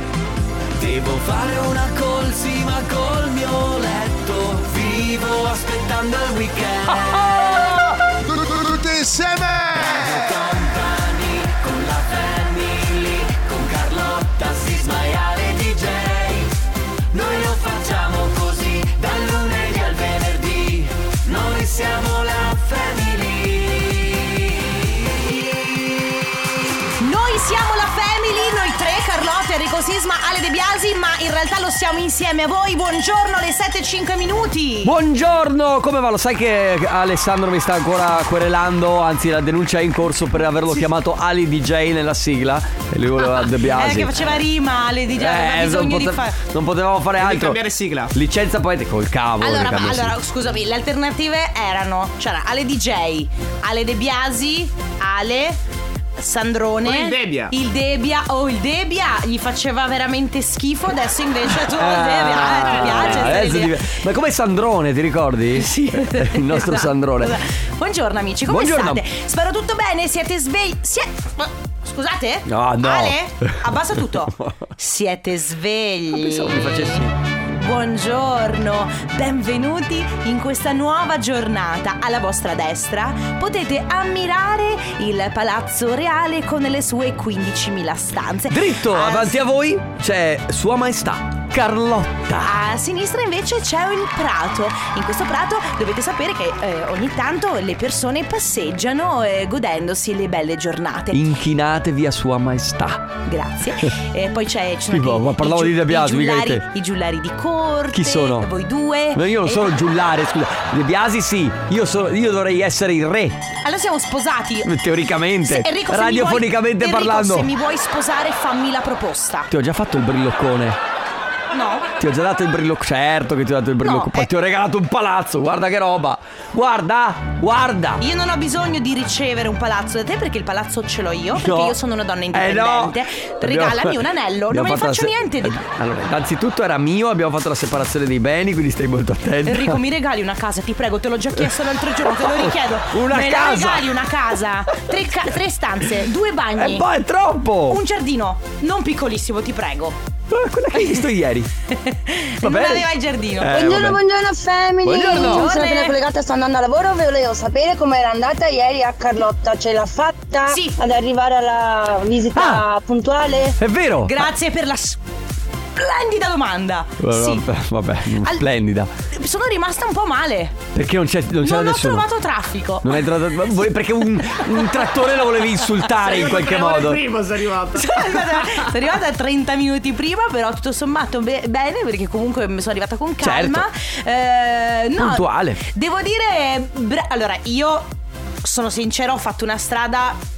Speaker 11: Devo fare una colsima col mio letto. Vivo aspettando il weekend.
Speaker 13: Tutti insieme!
Speaker 11: Con la family, con Carlotta, Sisma e Ale DJ Noi lo facciamo così, dal lunedì al venerdì Noi siamo la family
Speaker 2: Noi siamo la family, noi tre, Carlotta, Enrico Sisma, Ale De Biasi, ma in realtà lo siamo insieme a voi. Buongiorno, le 7 e 5 minuti.
Speaker 1: Buongiorno, come va? Lo sai che Alessandro mi sta ancora querelando, anzi la denuncia è in corso per averlo chiamato Ali DJ nella sigla e lui voleva De
Speaker 2: Eh,
Speaker 1: Biasi. Eh,
Speaker 2: che faceva rima, Ale di già, aveva bisogno
Speaker 1: non,
Speaker 2: di
Speaker 1: pote-
Speaker 2: fare.
Speaker 1: non potevamo fare altro.
Speaker 14: cambiare sigla.
Speaker 1: Licenza poetica col cavolo.
Speaker 2: Allora,
Speaker 1: che
Speaker 2: ma-
Speaker 1: cambia sigla.
Speaker 2: allora, scusami, le alternative erano: c'era Ale DJ, Ale De Biasi, Ale. Sandrone
Speaker 14: O il Debbia.
Speaker 2: Il Debbia O il Debbia Gli faceva veramente schifo Adesso invece tu
Speaker 1: Ah,
Speaker 2: Debbia, eh, ti piace essere
Speaker 1: adesso
Speaker 2: Debbia.
Speaker 1: ti- Ma come Sandrone, ti ricordi? Sì. Il nostro
Speaker 2: Esatto.
Speaker 1: Sandrone.
Speaker 2: Buongiorno amici, come
Speaker 1: Buongiorno.
Speaker 2: state? Spero tutto bene, siete svegli... sie- ma- Scusate?
Speaker 1: No, Ah, no.
Speaker 2: Ale, abbassa tutto. Siete svegli.
Speaker 1: Ah, Pensavo mi facessi.
Speaker 2: Buongiorno, benvenuti in questa nuova giornata. Alla vostra destra potete ammirare il Palazzo Reale con le sue 15.000 stanze.
Speaker 1: Dritto, avanti a voi c'è Sua Maestà Carlotta.
Speaker 2: A sinistra invece c'è il prato. In questo prato dovete sapere che eh, ogni tanto le persone passeggiano eh, godendosi le belle giornate.
Speaker 1: Inchinatevi a Sua Maestà.
Speaker 2: Grazie. E poi c'è. ci sono
Speaker 1: Tipo,
Speaker 2: anche
Speaker 1: ma
Speaker 2: i
Speaker 1: parlavo
Speaker 2: giu-
Speaker 1: di De Biasi,
Speaker 2: i
Speaker 1: mica di
Speaker 2: giullari-
Speaker 1: te.
Speaker 2: I giullari di corte.
Speaker 1: Chi sono?
Speaker 2: Voi due.
Speaker 1: Ma io non
Speaker 2: E-
Speaker 1: sono giullare, scusa. De Biasi sì, io, sono- io dovrei essere il re,
Speaker 2: Allora siamo sposati.
Speaker 1: teoricamente.
Speaker 2: Se- Enrico, se mi
Speaker 1: radiofonicamente
Speaker 2: vuoi- Enrico,
Speaker 1: parlando.
Speaker 2: se mi vuoi sposare, fammi la proposta.
Speaker 1: Ti ho già fatto il brilloccone.
Speaker 2: No.
Speaker 1: Ti ho già dato il brilloccone. Certo che ti ho dato il brilloccone. Poi
Speaker 2: eh.
Speaker 1: ti ho regalato un palazzo, guarda che roba. Guarda, guarda.
Speaker 2: Io non ho bisogno di ricevere un palazzo da te perché il palazzo ce l'ho io, perché
Speaker 1: No.
Speaker 2: io sono una donna
Speaker 1: Eh no.
Speaker 2: indipendente. Regalami
Speaker 1: Abbiamo-
Speaker 2: un anello, non
Speaker 1: abbiamo
Speaker 2: me ne
Speaker 1: fatto la
Speaker 2: faccio
Speaker 1: se- eh,
Speaker 2: niente di
Speaker 1: Allora, innanzitutto era mio, abbiamo fatto la separazione dei beni, quindi stai molto attento.
Speaker 2: Enrico, mi regali una casa, ti prego, te l'ho già chiesto l'altro giorno, te lo richiedo.
Speaker 1: Una
Speaker 2: Me la
Speaker 1: casa?
Speaker 2: regali una casa, tre, ca- tre stanze, due bagni.
Speaker 1: E poi Eh, boh, è troppo!
Speaker 2: Un giardino, non piccolissimo, ti prego.
Speaker 1: Ah, Quella che hai visto ieri. Va
Speaker 2: non
Speaker 1: bene.
Speaker 2: aveva il giardino.
Speaker 1: Eh,
Speaker 15: buongiorno,
Speaker 1: vabbè.
Speaker 15: buongiorno family.
Speaker 1: Buongiorno.
Speaker 15: Io sono
Speaker 1: Buongiorno.
Speaker 15: appena collegata, sto andando a lavoro. Volevo sapere com'era andata ieri a Carlotta. Ce l'ha fatta ad arrivare alla visita puntuale?
Speaker 1: Ah. È vero.
Speaker 2: Grazie per la splendida domanda. Sì.
Speaker 1: Vabbè, vabbè,
Speaker 2: Al-
Speaker 1: splendida.
Speaker 2: Sono rimasta un po' male.
Speaker 1: Perché non, c'è, non c'era
Speaker 2: non ho
Speaker 1: nessuno.
Speaker 2: trovato traffico.
Speaker 1: Non hai trovato. ma voi- Perché un, un trattore lo volevi insultare in qualche modo.
Speaker 14: sei arrivato.
Speaker 2: sono arrivata, sono arrivata 30 minuti prima, però tutto sommato be- bene, perché comunque mi sono arrivata con calma. Eh, no,
Speaker 1: Certo. Puntuale.
Speaker 2: Devo dire, bra- allora io sono sincera, ho fatto una strada.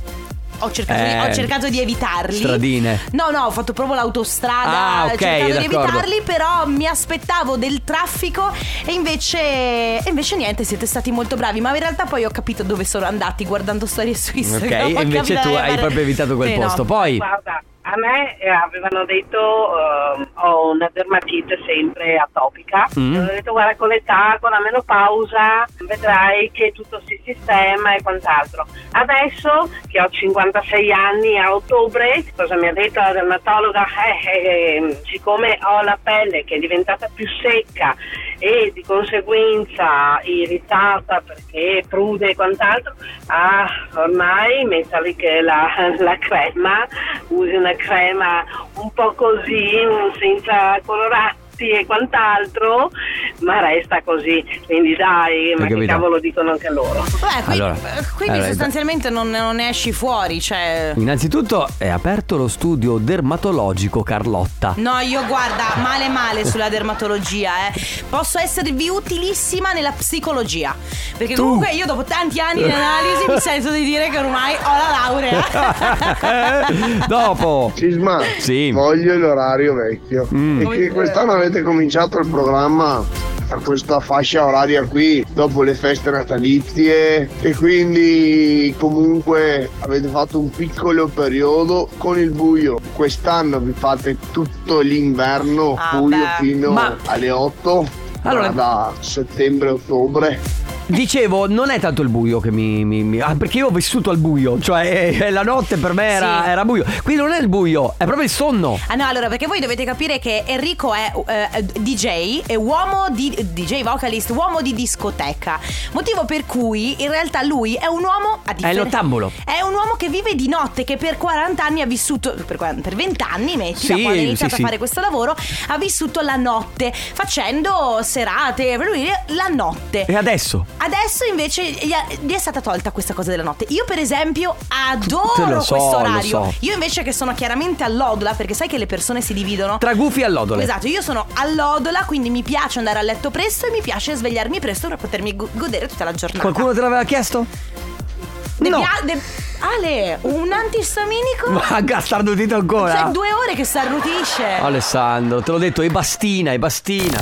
Speaker 2: Ho cercato, di,
Speaker 1: Eh,
Speaker 2: ho cercato di evitarli.
Speaker 1: Stradine.
Speaker 2: No, no, ho fatto proprio l'autostrada.
Speaker 1: Ah, ok,
Speaker 2: cercando di
Speaker 1: d'accordo.
Speaker 2: evitarli, però mi aspettavo del traffico e invece, e invece niente, siete stati molto bravi. Ma in realtà poi ho capito dove sono andati guardando storie su Instagram.
Speaker 1: Ok,
Speaker 2: Ho
Speaker 1: invece
Speaker 2: capito
Speaker 1: tu
Speaker 2: di
Speaker 1: hai
Speaker 2: andare-
Speaker 1: proprio evitato quel
Speaker 2: Sì, no.
Speaker 1: posto. Poi.
Speaker 16: Guarda,
Speaker 13: a me eh, avevano detto ehm, ho una dermatite sempre atopica.
Speaker 14: Mm.
Speaker 13: Ho detto guarda con l'età, con la menopausa vedrai che tutto si sistema e quant'altro. Adesso che ho 56 anni a ottobre, cosa mi ha detto la dermatologa? Eh, eh, ehm, siccome ho la pelle che è diventata più secca e di conseguenza irritata perché prude e quant'altro, ah, ormai messa lì che la, la crema, usi una crema un po' così, senza colorati e quant'altro, ma resta così, quindi dai, ma
Speaker 1: Hai
Speaker 13: che
Speaker 1: capito?
Speaker 13: cavolo dicono anche loro.
Speaker 2: Vabbè, qui-
Speaker 1: Allora,
Speaker 2: quindi
Speaker 1: allora,
Speaker 2: sostanzialmente non, non ne esci fuori, cioè...
Speaker 1: Innanzitutto è aperto lo studio dermatologico Carlotta.
Speaker 2: No, io guarda, male male sulla dermatologia, eh. Posso esservi utilissima nella psicologia. Perché
Speaker 1: Tu.
Speaker 2: comunque io dopo tanti anni di analisi mi sento di dire che ormai ho la laurea.
Speaker 1: Dopo.
Speaker 6: Cisma. Voglio l'orario vecchio. E
Speaker 2: Come
Speaker 6: che
Speaker 2: dire?
Speaker 6: quest'anno avete cominciato il programma a questa fascia oraria qui dopo le feste natalizie e quindi comunque avete fatto un piccolo periodo con il buio quest'anno vi fate tutto l'inverno
Speaker 2: Ah,
Speaker 6: buio fino alle 8 allora da settembre ottobre
Speaker 1: Dicevo, non è tanto il buio che mi. mi- mi- ah, perché io ho vissuto al buio, cioè eh, la notte per me era, era buio. Qui non è il buio, è proprio il sonno.
Speaker 2: Ah no, allora, perché voi dovete capire che Enrico è eh, DJ e uomo di DJ vocalist, uomo di discoteca. Motivo per cui in realtà lui è un uomo a differen-
Speaker 1: È l'ottambolo.
Speaker 2: È un uomo che vive di notte, che per 40 anni ha vissuto, per, 40 per 20 anni, metti, da
Speaker 1: Sì,
Speaker 2: quando ha iniziato
Speaker 1: sì,
Speaker 2: a
Speaker 1: sì.
Speaker 2: fare questo lavoro, ha vissuto la notte, facendo serate, per lui la notte.
Speaker 1: E adesso?
Speaker 2: Adesso invece gli, gli è stata tolta questa cosa della notte. Io, per esempio,
Speaker 1: Te
Speaker 2: adoro
Speaker 1: lo so,
Speaker 2: questo
Speaker 1: lo
Speaker 2: orario.
Speaker 1: so.
Speaker 2: Io invece che sono chiaramente all'odola, perché sai che le persone si dividono.
Speaker 1: Tra gufi e allodole.
Speaker 2: Esatto, io sono all'odola, quindi mi piace andare a letto presto e mi piace svegliarmi presto per potermi go- godere tutta la giornata.
Speaker 1: Qualcuno te l'aveva chiesto?
Speaker 2: Ne pia- de- Ale, un antistaminico?
Speaker 1: Ma gastardo dito ancora.
Speaker 2: Cioè, due ore che si arrutisce.
Speaker 1: Alessandro, te l'ho detto, e bastina, e bastina.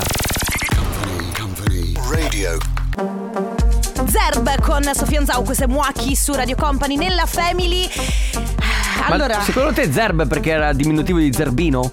Speaker 2: Zerb con Sofian Zau, questo è Muaki su Radio Company nella Family.
Speaker 1: Ma
Speaker 2: Allora,
Speaker 1: secondo te Zerb perché era diminutivo di Zerbino?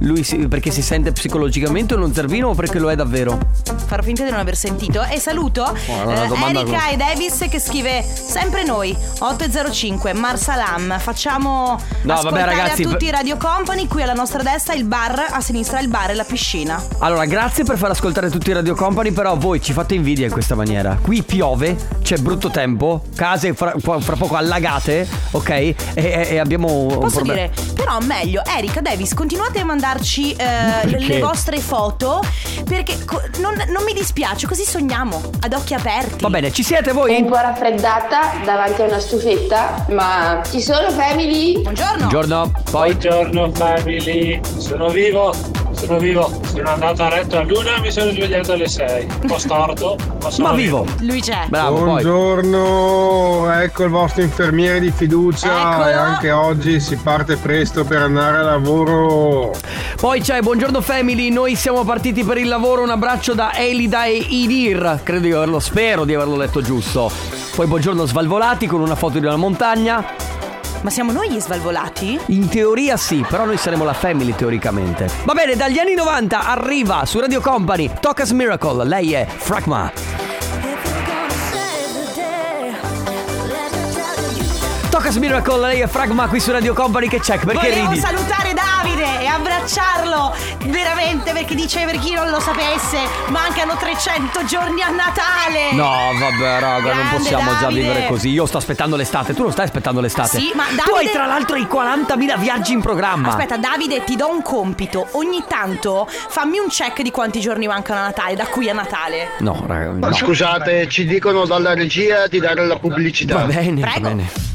Speaker 1: Lui si- perché si sente psicologicamente uno zerbino o perché lo è davvero?
Speaker 2: farò finta di non aver sentito e saluto
Speaker 1: è una
Speaker 2: eh,
Speaker 1: domanda
Speaker 2: Erika
Speaker 1: come-
Speaker 2: e Davis che scrive sempre noi 805 Marsalam facciamo
Speaker 1: No, vabbè,
Speaker 2: ascoltare
Speaker 1: ragazzi,
Speaker 2: a tutti
Speaker 1: per-
Speaker 2: i Radio Company qui alla nostra destra il bar a sinistra il bar e la piscina
Speaker 1: Allora, grazie per far ascoltare tutti i Radio Company, però voi ci fate invidia in questa maniera. Qui piove, c'è brutto tempo, case fra, po- fra poco allagate, ok? E, e- e abbiamo un
Speaker 2: Posso
Speaker 1: problema.
Speaker 2: dire, però meglio, Erika Davis, continuate a mandarci eh, le
Speaker 1: Perché?
Speaker 2: vostre foto perché co- non, non mi dispiace, così sogniamo ad occhi aperti.
Speaker 1: Va bene, ci siete voi?
Speaker 16: Un po' raffreddata davanti a una stufetta, ma ci sono family?
Speaker 2: Buongiorno!
Speaker 1: Buongiorno,
Speaker 17: Buongiorno family, sono vivo, sono vivo, sono andato a letto a luna e mi sono svegliato alle 6, un po' storto, ma sono
Speaker 1: Ma vivo.
Speaker 2: Lui c'è.
Speaker 18: Buongiorno, ecco il vostro infermiere di fiducia
Speaker 1: Eccolo.
Speaker 18: e anche oggi si parte presto per andare a lavoro.
Speaker 1: Poi c'è Buongiorno Family, noi siamo partiti per il lavoro, un abbraccio da Elida e Idir, credo di averlo, spero di averlo letto giusto. Poi Buongiorno Svalvolati con una foto di una montagna.
Speaker 2: Ma siamo noi gli svalvolati?
Speaker 1: In teoria sì, però noi saremo la family teoricamente. Va bene, dagli anni 90 arriva su Radio Company Tocca's Miracle, lei è Fragma. Tocca's Miracle, lei è Fragma qui su Radio Company, che check, perché
Speaker 2: Volevo
Speaker 1: ridi?
Speaker 2: salutare Davide e abbracciarlo veramente perché dice per chi non lo sapesse mancano 300 giorni a Natale.
Speaker 1: No, vabbè, raga, non
Speaker 2: Grande
Speaker 1: possiamo già
Speaker 2: Davide.
Speaker 1: vivere così. Io sto aspettando l'estate, tu non stai aspettando l'estate.
Speaker 2: Sì, ma
Speaker 1: Tu hai
Speaker 2: Davide-
Speaker 1: tra l'altro i 40.000 viaggi in programma.
Speaker 2: Aspetta, Davide, ti do un compito. Ogni tanto fammi un check di quanti giorni mancano a Natale, da qui a Natale.
Speaker 1: No, raga. no.
Speaker 6: Scusate, ci dicono dalla regia di dare la pubblicità.
Speaker 1: Va bene, va bene.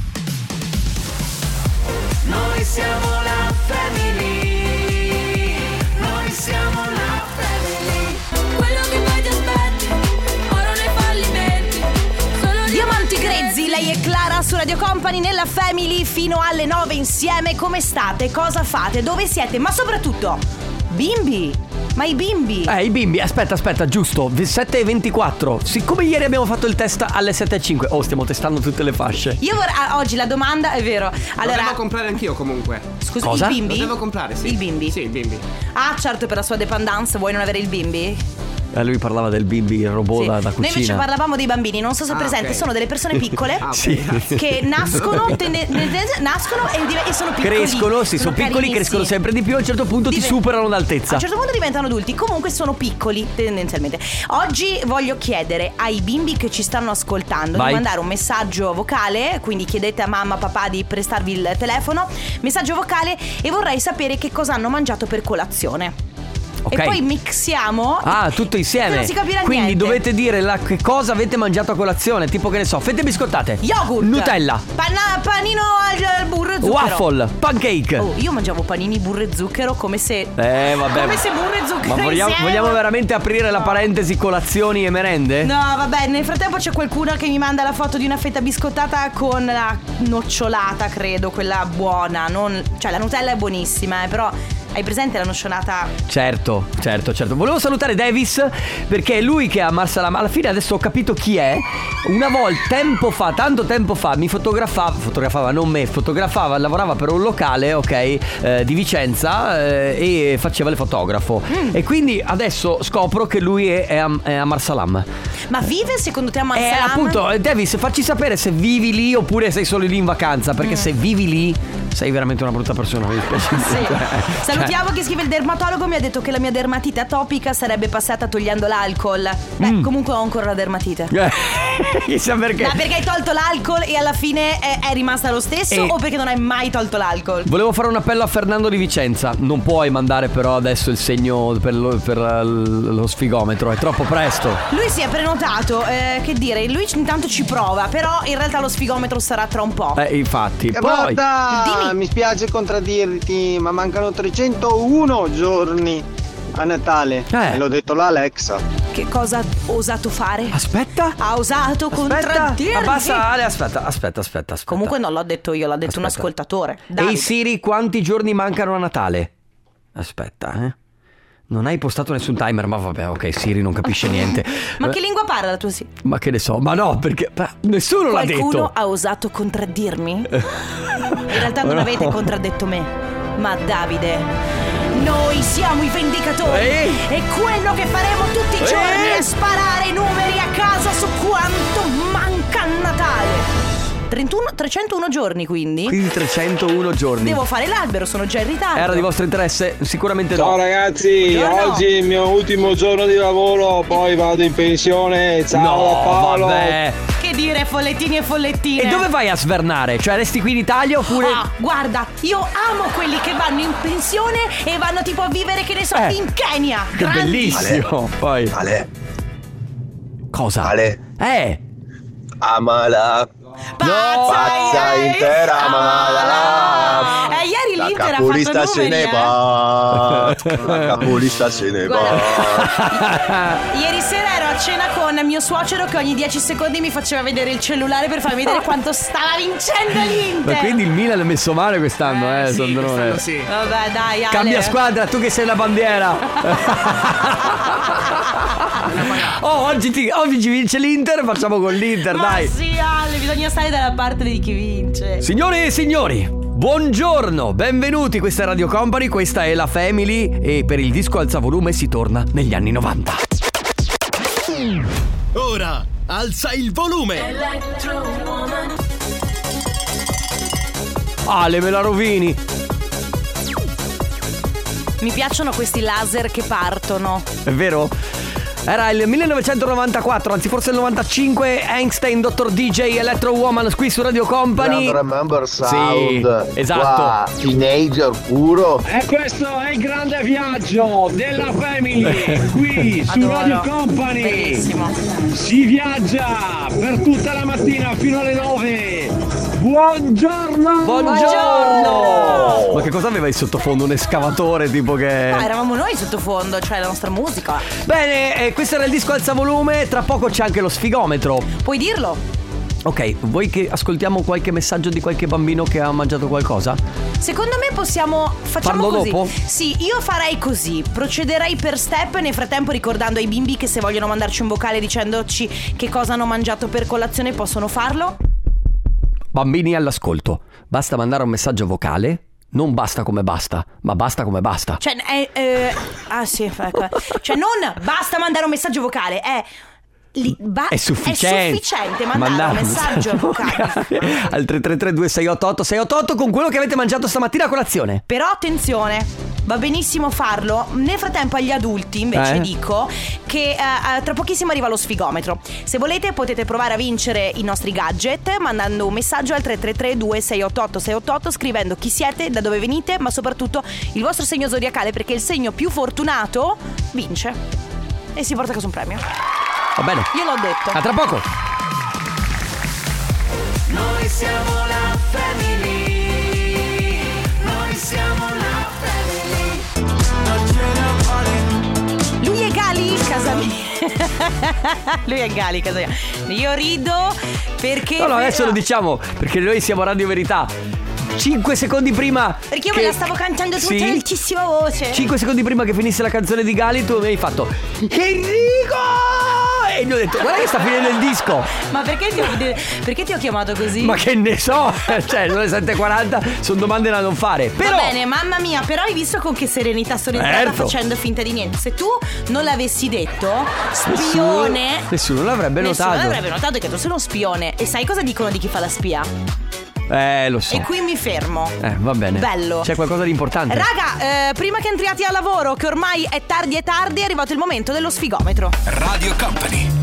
Speaker 11: Noi siamo la family. Noi siamo la family. Quello che poi ti aspetti, ora nei fallimenti. Solo
Speaker 2: Diamanti Grezzi, lei è Clara su Radio Company nella Family fino alle 9 insieme. Come state? Cosa fate? Dove siete? Ma soprattutto, bimbi, Ma i bimbi?
Speaker 1: Eh, i bimbi, aspetta, aspetta, giusto, 7 e 24. Siccome ieri abbiamo fatto il test alle 7 e 5, oh, stiamo testando tutte le fasce.
Speaker 2: Io vorrei. ah, Oggi la domanda è vero. Allora.
Speaker 14: Lo devo comprare anch'io comunque.
Speaker 2: Scusa, Cosa? i bimbi?
Speaker 14: Lo devo comprare, sì.
Speaker 2: Il bimbi?
Speaker 14: Sì, il bimbi.
Speaker 2: Ah, certo, per la sua dependance vuoi non avere il bimbi?
Speaker 1: Eh, lui parlava del bimbi, il robot da, da
Speaker 2: Noi invece
Speaker 1: cucina.
Speaker 2: parlavamo dei bambini, non so se è
Speaker 1: Ah,
Speaker 2: presente,
Speaker 1: ok.
Speaker 2: sono delle persone piccole
Speaker 1: Ah, ok, Sì. grazie.
Speaker 2: che nascono, tende- tende- nascono e, div- e sono piccoli.
Speaker 1: Crescono, sì, sono piccoli,
Speaker 2: carinissimi.
Speaker 1: crescono sempre di più. A un certo punto ti
Speaker 2: Diven-
Speaker 1: superano
Speaker 2: A
Speaker 1: d'altezza.
Speaker 2: un certo punto diventano adulti, comunque sono piccoli tendenzialmente. Oggi voglio chiedere ai bimbi che ci stanno ascoltando
Speaker 1: Vai.
Speaker 2: di mandare un messaggio vocale, quindi chiedete a mamma, papà di prestarvi il telefono, messaggio vocale e vorrei sapere che cosa hanno mangiato per colazione.
Speaker 1: Ok.
Speaker 2: E poi mixiamo
Speaker 1: Ah, tutto insieme.
Speaker 2: Non si capirà
Speaker 1: Quindi
Speaker 2: niente.
Speaker 1: dovete dire la- che cosa avete mangiato a colazione. Tipo che ne so, fette biscottate.
Speaker 2: Yogurt
Speaker 1: Nutella.
Speaker 2: Panna- Panino al, al burro e zucchero
Speaker 1: Waffle. Pancake.
Speaker 2: Oh, io mangiavo panini burro e zucchero come se
Speaker 1: Eh, vabbè.
Speaker 2: Come se burro e zucchero
Speaker 1: Ma vogliamo,
Speaker 2: insieme.
Speaker 1: vogliamo veramente aprire la parentesi colazioni e merende?
Speaker 2: No, vabbè, nel frattempo c'è qualcuno che mi manda la foto di una fetta biscottata con la nocciolata, credo, quella buona. non- Cioè, la Nutella è buonissima, eh, però hai presente la nocciolata?
Speaker 1: Certo, certo, certo. Volevo salutare Davis perché è lui che ha Marsalam. Alla fine adesso ho capito chi è. Una volta, tempo fa, tanto tempo fa, mi fotografava, fotografava non me, fotografava, lavorava per un locale, ok, eh, di Vicenza eh, e faceva il fotografo. E quindi adesso scopro che lui è, è a, è a Marsalam.
Speaker 2: Ma vive secondo te a
Speaker 1: E
Speaker 2: Marsalam?
Speaker 1: appunto, eh, Davis, facci sapere se vivi lì oppure sei solo lì in vacanza. Perché se vivi lì sei veramente una brutta persona. Mi dispiace. Cioè,
Speaker 2: Salutiamo chi scrive il dermatologo mi ha detto che la mia dermatite atopica sarebbe passata togliendo l'alcol. Beh, comunque ho ancora la dermatite.
Speaker 1: Mm. Eh, Chissà perché.
Speaker 2: Ma perché hai tolto l'alcol e alla fine è, è rimasta lo stesso
Speaker 1: E-
Speaker 2: o perché non hai mai tolto l'alcol?
Speaker 1: Volevo fare un appello a Fernando di Vicenza. Non puoi mandare però adesso il segno per lo, per eh, l- lo sfigometro, è troppo presto.
Speaker 2: Lui si è prenotato, eh, che dire, lui intanto ci prova, però in realtà lo sfigometro sarà tra un po'.
Speaker 1: Eh, infatti, poi
Speaker 19: Carlotta, mi spiace contraddirti, ma mancano 301 giorni a Natale. Me l'ho detto l'Alexa.
Speaker 2: Che cosa ha osato fare?
Speaker 1: Aspetta.
Speaker 2: Ha osato contraddirti.
Speaker 1: abbassa Ale, aspetta, aspetta, aspetta, aspetta.
Speaker 2: Comunque non l'ho detto io, l'ha detto un ascoltatore.
Speaker 1: Ehi
Speaker 2: Davide.
Speaker 1: Siri, quanti giorni mancano a Natale? Aspetta, eh. Non hai postato nessun timer, ma vabbè, ok, Siri non capisce niente.
Speaker 2: Ma
Speaker 1: Eh,
Speaker 2: che lingua parla la tua sì?
Speaker 1: ma che ne so, ma no, perché ma nessuno l'ha
Speaker 2: Qualcuno
Speaker 1: detto.
Speaker 2: ha osato contraddirmi? In realtà non
Speaker 1: No.
Speaker 2: avete contraddetto me, ma Davide. Noi siamo i vendicatori e quello che faremo tutti i giorni è sparare i numeri a caso su quanto manca a Natale. 31, 301 giorni quindi.
Speaker 1: Quindi 301 giorni.
Speaker 2: Devo fare l'albero, sono già in ritardo.
Speaker 1: Era di vostro interesse? Sicuramente no.
Speaker 18: Ciao ragazzi,
Speaker 2: Buongiorno.
Speaker 18: oggi è il mio ultimo giorno di lavoro, poi vado in pensione. Ciao
Speaker 1: No,
Speaker 18: da Paolo.
Speaker 1: vabbè.
Speaker 2: Che dire, follettini e follettine.
Speaker 1: E dove vai a svernare? Cioè, resti qui in Italia oppure.
Speaker 2: Ah, guarda, io amo quelli che vanno in pensione e vanno tipo a vivere, che ne so,
Speaker 1: Eh.
Speaker 2: in Kenya.
Speaker 1: che
Speaker 2: Grandi-
Speaker 1: bellissimo! Poi.
Speaker 20: Ale.
Speaker 1: Cosa?
Speaker 20: Ale.
Speaker 1: Eh.
Speaker 20: Amala.
Speaker 2: Pazza,
Speaker 20: Pazza
Speaker 1: eh,
Speaker 20: intera amala.
Speaker 2: Eh, ieri
Speaker 20: La
Speaker 2: l'Inter ha
Speaker 20: capolista
Speaker 2: fatto
Speaker 20: se
Speaker 2: numeri,
Speaker 20: ne
Speaker 2: eh.
Speaker 20: va.
Speaker 1: eh.
Speaker 20: La capolista se ne va.
Speaker 2: eh. Ieri sera ero a cena con mio suocero che ogni 10 secondi mi faceva vedere il cellulare per farmi vedere quanto stava vincendo l'Inter.
Speaker 1: Ma quindi il Milan è messo male quest'anno, eh, Sandrone.
Speaker 2: Vabbè, dai, Ale.
Speaker 1: Cambia squadra, tu che sei la bandiera. oh, oggi, ti- oggi vince l'Inter, facciamo con l'Inter,
Speaker 2: Ma
Speaker 1: dai.
Speaker 2: sì, Ale, bisogna stare dalla parte di chi vince.
Speaker 1: Signore e signori, buongiorno, benvenuti, questa è Radio Company, questa è la Family e per il disco alza volume si torna negli anni 90.
Speaker 11: Ora alza il volume.
Speaker 1: Ale, me la rovini.
Speaker 2: Mi piacciono questi laser che partono.
Speaker 1: È vero? Era il 1994, anzi forse il 95, Einstein, Dottor DJ, Electro Woman qui su Radio Company.
Speaker 6: Grand Remember Sound.
Speaker 1: Sì, esatto.
Speaker 6: Qua, teenager puro.
Speaker 1: E questo è il grande viaggio della
Speaker 6: family,
Speaker 18: qui su Radio Company. Si viaggia per tutta la mattina fino alle 9. Buongiorno!
Speaker 1: Buongiorno! Ma che cosa aveva in sottofondo? Un escavatore tipo che...
Speaker 2: No, Ah, eravamo noi sottofondo, cioè la nostra musica.
Speaker 1: Bene, eh, questo era il disco alza volume, tra poco c'è anche lo sfigometro.
Speaker 2: Puoi dirlo?
Speaker 1: Ok, vuoi che ascoltiamo qualche messaggio di qualche bambino che ha mangiato qualcosa?
Speaker 2: Secondo me possiamo. Facciamo
Speaker 1: Farlo
Speaker 2: così.
Speaker 1: dopo?
Speaker 2: Sì, io farei così. Procederei per step, nel frattempo ricordando ai bimbi che se vogliono mandarci un vocale dicendoci che cosa hanno mangiato per colazione possono farlo.
Speaker 1: Bambini all'ascolto. Basta mandare un messaggio vocale. Non basta come basta, ma basta come basta.
Speaker 2: Cioè, eh, eh, ah sì, ecco. eh. Cioè, non basta mandare un messaggio vocale, è. li- ba-
Speaker 1: È sufficiente.
Speaker 2: Ah, È sufficiente mandare, un messaggio vocale.
Speaker 1: al 333 2688 688 con quello che avete mangiato stamattina a colazione.
Speaker 2: Però attenzione, va benissimo farlo. Nel frattempo agli adulti invece
Speaker 1: Eh?
Speaker 2: dico che eh, eh, tra pochissimo arriva lo sfigometro. Se volete potete provare a vincere i nostri gadget mandando un messaggio al 333 2688 688 scrivendo chi siete, da dove venite, ma soprattutto il vostro segno zodiacale perché il segno più fortunato vince e si porta a casa un premio.
Speaker 1: Va bene.
Speaker 2: Io l'ho detto.
Speaker 1: A tra poco.
Speaker 11: Noi siamo la family. Noi siamo la family.
Speaker 2: Lui è Gali, casa mia. Lui è Gali, casa mia. Io rido perché.
Speaker 1: No, no, adesso lo diciamo perché noi siamo Radio Verità. 5 secondi prima.
Speaker 2: Perché io
Speaker 1: che-
Speaker 2: me la stavo cantando tutta
Speaker 1: Sì?
Speaker 2: in altissima voce.
Speaker 1: 5 secondi prima che finisse la canzone di Gali, tu mi hai fatto Enrico! E gli ho detto, guarda che sta finendo il disco!
Speaker 2: Ma perché ti, ho, perché ti ho chiamato così?
Speaker 1: Ma che ne so! Cioè, sono le 7.40, sono domande da non fare. Però.
Speaker 2: Va bene, mamma mia, però hai visto con che serenità sono entrata
Speaker 1: Certo.
Speaker 2: facendo finta di niente. Se tu non l'avessi detto, spione.
Speaker 1: Nessuno, nessuno l'avrebbe
Speaker 2: nessuno
Speaker 1: notato.
Speaker 2: avrebbe notato che tu sei uno spione. E sai cosa dicono di chi fa la spia?
Speaker 1: Eh, lo so.
Speaker 2: E qui mi fermo.
Speaker 1: Eh, va bene.
Speaker 2: Bello.
Speaker 1: C'è qualcosa di importante.
Speaker 2: Raga, eh, prima che entriate al lavoro, che ormai è tardi e tardi, è arrivato il momento dello sfigometro.
Speaker 11: Radio Company.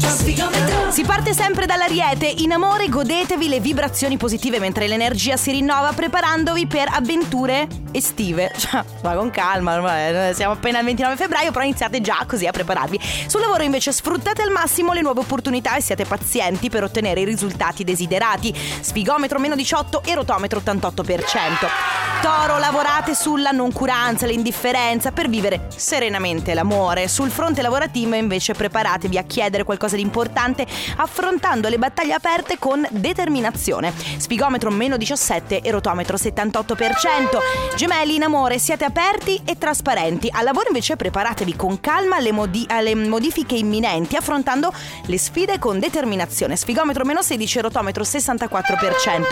Speaker 2: Si parte sempre dall'ariete. In amore godetevi le vibrazioni positive mentre l'energia si rinnova, preparandovi per avventure estive. Cioè, ma con calma, ormai, eh, siamo appena al 29 febbraio, però iniziate già così a prepararvi. Sul lavoro invece sfruttate al massimo le nuove opportunità e siate pazienti per ottenere i risultati desiderati. Sfigometro meno 18 e rotometro 88%. Toro, lavorate sulla noncuranza, l'indifferenza per vivere serenamente l'amore. Sul fronte lavorativo invece preparatevi a chiedere qualcosa di importante affrontando le battaglie aperte con determinazione. Spigometro meno 17 e rotometro 78%. Gemelli in amore siete aperti e trasparenti. Al lavoro invece preparatevi con calma alle, modi- alle modifiche imminenti affrontando le sfide con determinazione. Sfigometro meno 16 e rotometro 64%.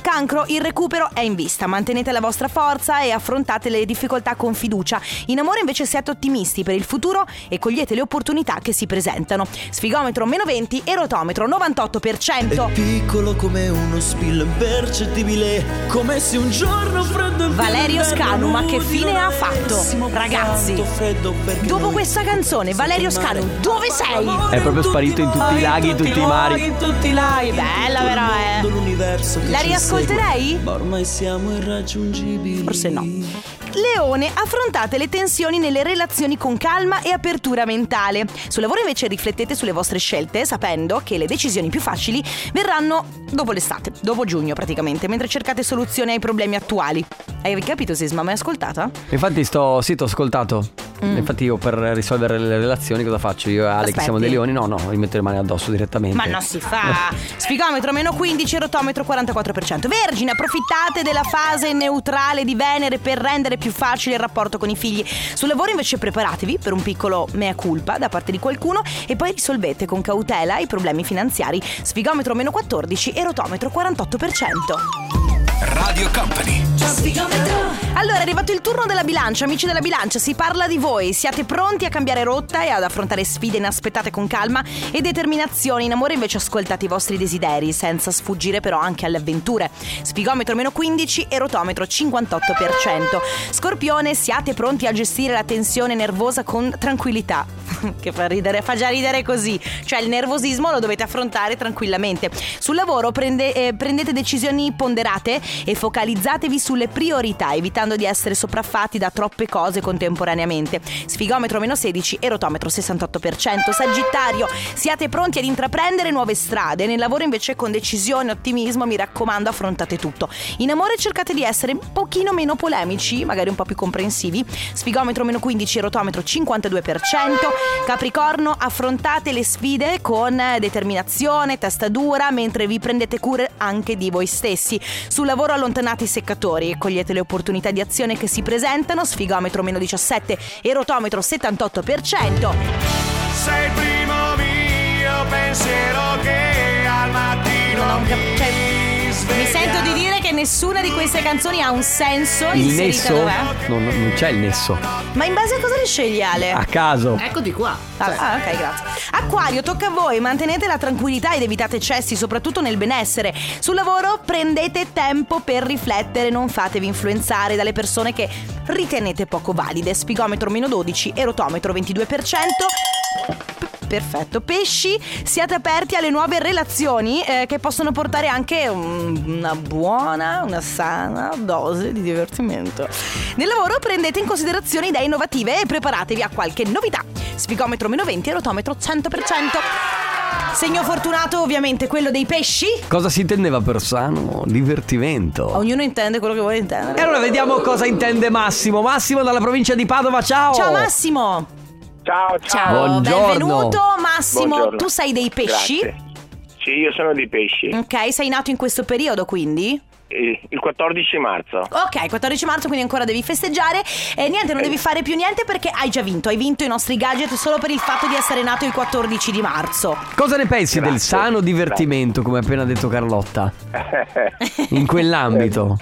Speaker 2: Cancro, il recupero è in vista. Mantenete la vostra forza e affrontate le difficoltà con fiducia. In amore invece siate ottimisti per il futuro e cogliete le opportunità che si presentano. Sfigometro meno 20 e rotometro 98%.
Speaker 11: Piccolo come uno spillo impercettibile. Come se un giorno freddo e
Speaker 2: Valerio
Speaker 11: inverno
Speaker 2: Scanu, ma che
Speaker 11: non
Speaker 2: fine ha fatto?
Speaker 11: avessimo
Speaker 2: Ragazzi,
Speaker 11: fatto freddo perché
Speaker 2: dopo
Speaker 11: noi
Speaker 2: questa canzone, Valerio Scanu, dove sei?
Speaker 1: È proprio sparito in tutti i laghi, in tutti i mari.
Speaker 11: in tutti i laghi.
Speaker 2: Bella però, eh.
Speaker 11: L'universo che
Speaker 2: La
Speaker 11: ci
Speaker 2: riascolterei?
Speaker 11: segue, Ma ormai siamo irraggiungibili. Forse no.
Speaker 2: Leone, affrontate le tensioni nelle relazioni con calma e apertura mentale. Sul lavoro invece riflettete sulle vostre scelte, sapendo che le decisioni più facili verranno dopo l'estate, dopo giugno praticamente, mentre cercate soluzioni ai problemi attuali. Hai capito Sisma? Mai ascoltata?
Speaker 1: Infatti sto, sì, t'ho ascoltato.
Speaker 2: Mm.
Speaker 1: Infatti io per risolvere le relazioni cosa faccio? Io e Ale che
Speaker 2: Aspetti.
Speaker 1: siamo dei leoni, no, no, mi metto le mani addosso direttamente.
Speaker 2: Ma non si fa! Sfigometro meno 15, rotometro 44%. Vergine, approfittate della fase neutrale di Venere per rendere più facile il rapporto con i figli. Sul lavoro invece preparatevi per un piccolo mea culpa da parte di qualcuno e poi risolvete con cautela i problemi finanziari. Sfigometro meno 14 e rotometro 48%.
Speaker 11: Radio Company.
Speaker 2: Allora è arrivato il turno della bilancia, amici della bilancia, si parla di voi, siate pronti a cambiare rotta e ad affrontare sfide inaspettate con calma e determinazione, in amore invece ascoltate i vostri desideri senza sfuggire però anche alle avventure. Spigometro meno 15 e rotometro 58%. Scorpione, siate pronti a gestire la tensione nervosa con tranquillità, che fa ridere, fa già ridere così, cioè il nervosismo lo dovete affrontare tranquillamente. Sul lavoro prende- eh, prendete decisioni ponderate e focalizzatevi sulle priorità, evitando di essere sopraffatti da troppe cose contemporaneamente. Sfigometro meno 16 e rotometro 68%. Sagittario, siate pronti ad intraprendere nuove strade. Nel lavoro invece con decisione e ottimismo, mi raccomando, affrontate tutto. In amore cercate di essere un pochino meno polemici, magari un po' più comprensivi. Sfigometro meno 15 e rotometro 52%. Capricorno, affrontate le sfide con eh, determinazione, testa dura, mentre vi prendete cura anche di voi stessi. Sul lavoro allontanate i seccatori e cogliete le opportunità di azione che si presentano. Sfigometro meno 17 e rotometro 78%.
Speaker 18: Sei il primo mio pensiero che al mattino
Speaker 2: Non ho cap- cioè, mi sento di dire che nessuna di queste canzoni ha un senso
Speaker 1: Il
Speaker 2: inserita
Speaker 1: nesso?
Speaker 2: dov'è?
Speaker 1: No, no, non c'è il nesso.
Speaker 2: Ma in base a cosa le scegli Ale?
Speaker 1: A caso.
Speaker 2: Eccoti qua. Ah, ah, ok, grazie. Acquario, tocca a voi, mantenete la tranquillità ed evitate eccessi, soprattutto nel benessere. Sul lavoro prendete tempo per riflettere, non fatevi influenzare dalle persone che ritenete poco valide. Spigometro meno 12 e rotometro 22%. Perfetto, pesci, siate aperti alle nuove relazioni eh, che possono portare anche un- una buona, una sana dose di divertimento. Nel lavoro prendete in considerazione idee innovative e preparatevi a qualche novità. Sfigometro meno 20 e rotometro 100%. Segno fortunato ovviamente quello dei pesci.
Speaker 1: Cosa si intendeva per sano? Divertimento.
Speaker 2: Ognuno intende quello che vuole
Speaker 1: E
Speaker 2: intendere.
Speaker 1: allora vediamo cosa Oh. intende Massimo. Massimo dalla provincia di Padova, ciao.
Speaker 2: Ciao Massimo.
Speaker 21: Ciao,
Speaker 2: ciao.
Speaker 1: Buongiorno.
Speaker 2: Benvenuto Massimo,
Speaker 21: Buongiorno.
Speaker 2: tu sei dei pesci?
Speaker 21: Grazie. Sì, io sono dei pesci.
Speaker 2: Ok, sei nato in questo periodo quindi?
Speaker 21: Eh, Il 14 marzo.
Speaker 2: Ok, 14 marzo, quindi ancora devi festeggiare. E niente, non devi fare più niente perché hai già vinto. Hai vinto i nostri gadget solo per il fatto di essere nato il 14 di marzo.
Speaker 1: Cosa ne pensi del
Speaker 21: Grazie.
Speaker 1: sano divertimento, come ha appena detto Carlotta? In quell'ambito.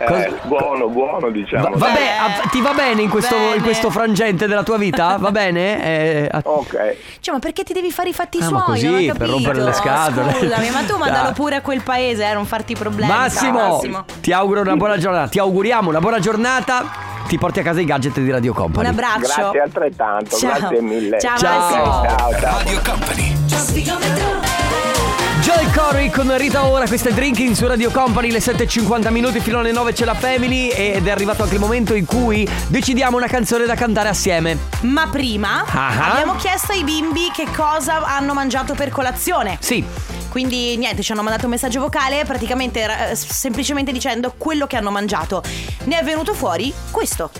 Speaker 21: Eh,
Speaker 1: Cos-
Speaker 21: buono, buono
Speaker 1: Va-
Speaker 21: diciamo.
Speaker 1: vabbè, a- ti va bene in questo, in
Speaker 2: Cioè, eh, Bene.
Speaker 1: questo frangente della tua vita? Va bene? Eh,
Speaker 21: ok.
Speaker 2: Cioè, ma perché ti devi fare i fatti
Speaker 1: Ah,
Speaker 2: suoi?
Speaker 1: ma così,
Speaker 2: non ho
Speaker 1: per
Speaker 2: capito.
Speaker 1: rompere le scatole.
Speaker 2: Scusami, ma tu
Speaker 1: Dai.
Speaker 2: mandalo pure a quel paese, eh, non farti problemi.
Speaker 1: Massimo,
Speaker 2: Ciao, Massimo.
Speaker 1: ti auguro una buona giornata. Ti auguriamo una buona giornata. Ti porti a casa i gadget di Radio
Speaker 2: Un
Speaker 1: Company.
Speaker 2: abbraccio.
Speaker 21: Grazie altrettanto,
Speaker 2: Ciao.
Speaker 21: grazie mille.
Speaker 2: Ciao,
Speaker 1: Ciao.
Speaker 2: Massimo.
Speaker 21: Ciao, ciao.
Speaker 1: Joy Corey con Rita Ora, questa è Drinking su Radio Company, le 7.50 minuti fino alle 9 c'è la Family ed è arrivato anche il momento in cui decidiamo una canzone da cantare assieme.
Speaker 2: Ma prima
Speaker 1: Ah.
Speaker 2: abbiamo chiesto ai bimbi che cosa hanno mangiato per colazione.
Speaker 1: Sì.
Speaker 2: Quindi niente, ci hanno mandato un messaggio vocale praticamente era, eh, semplicemente dicendo quello che hanno mangiato. Ne è venuto fuori questo.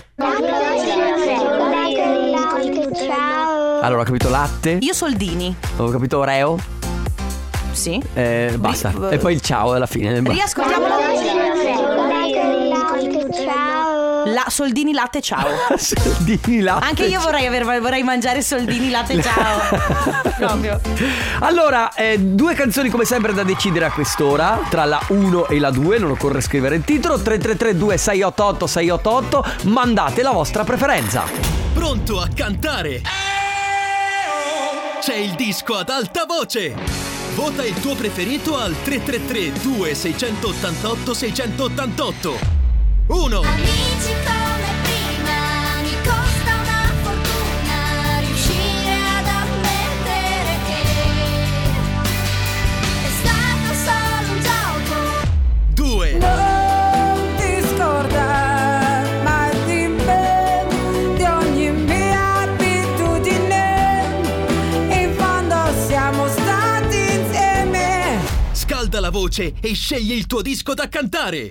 Speaker 1: Allora, ho capito latte,
Speaker 2: Io soldini.
Speaker 1: ho capito Oreo,
Speaker 2: Sì.
Speaker 1: eh, basta. E poi il ciao alla fine.
Speaker 2: Riascoltiamo la La, soldini latte ciao.
Speaker 1: Soldini latte.
Speaker 2: Anche io vorrei, aver- vorrei mangiare soldini latte ciao. Proprio.
Speaker 1: Allora, eh, due canzoni come sempre da decidere a quest'ora, tra la 1 e la 2, non occorre scrivere il titolo, 3332 688 688, mandate la vostra preferenza.
Speaker 11: Pronto a cantare? C'è il disco ad alta voce! Vota il tuo preferito al 333 2688 688 1
Speaker 5: Amici come prima, mi costa una fortuna riuscire ad ammettere che è stato solo un gioco.
Speaker 11: 2
Speaker 5: Non ti scordare mai di me, di ogni mia abitudine, in fondo siamo stati insieme.
Speaker 11: Scalda la voce e scegli il tuo disco da cantare!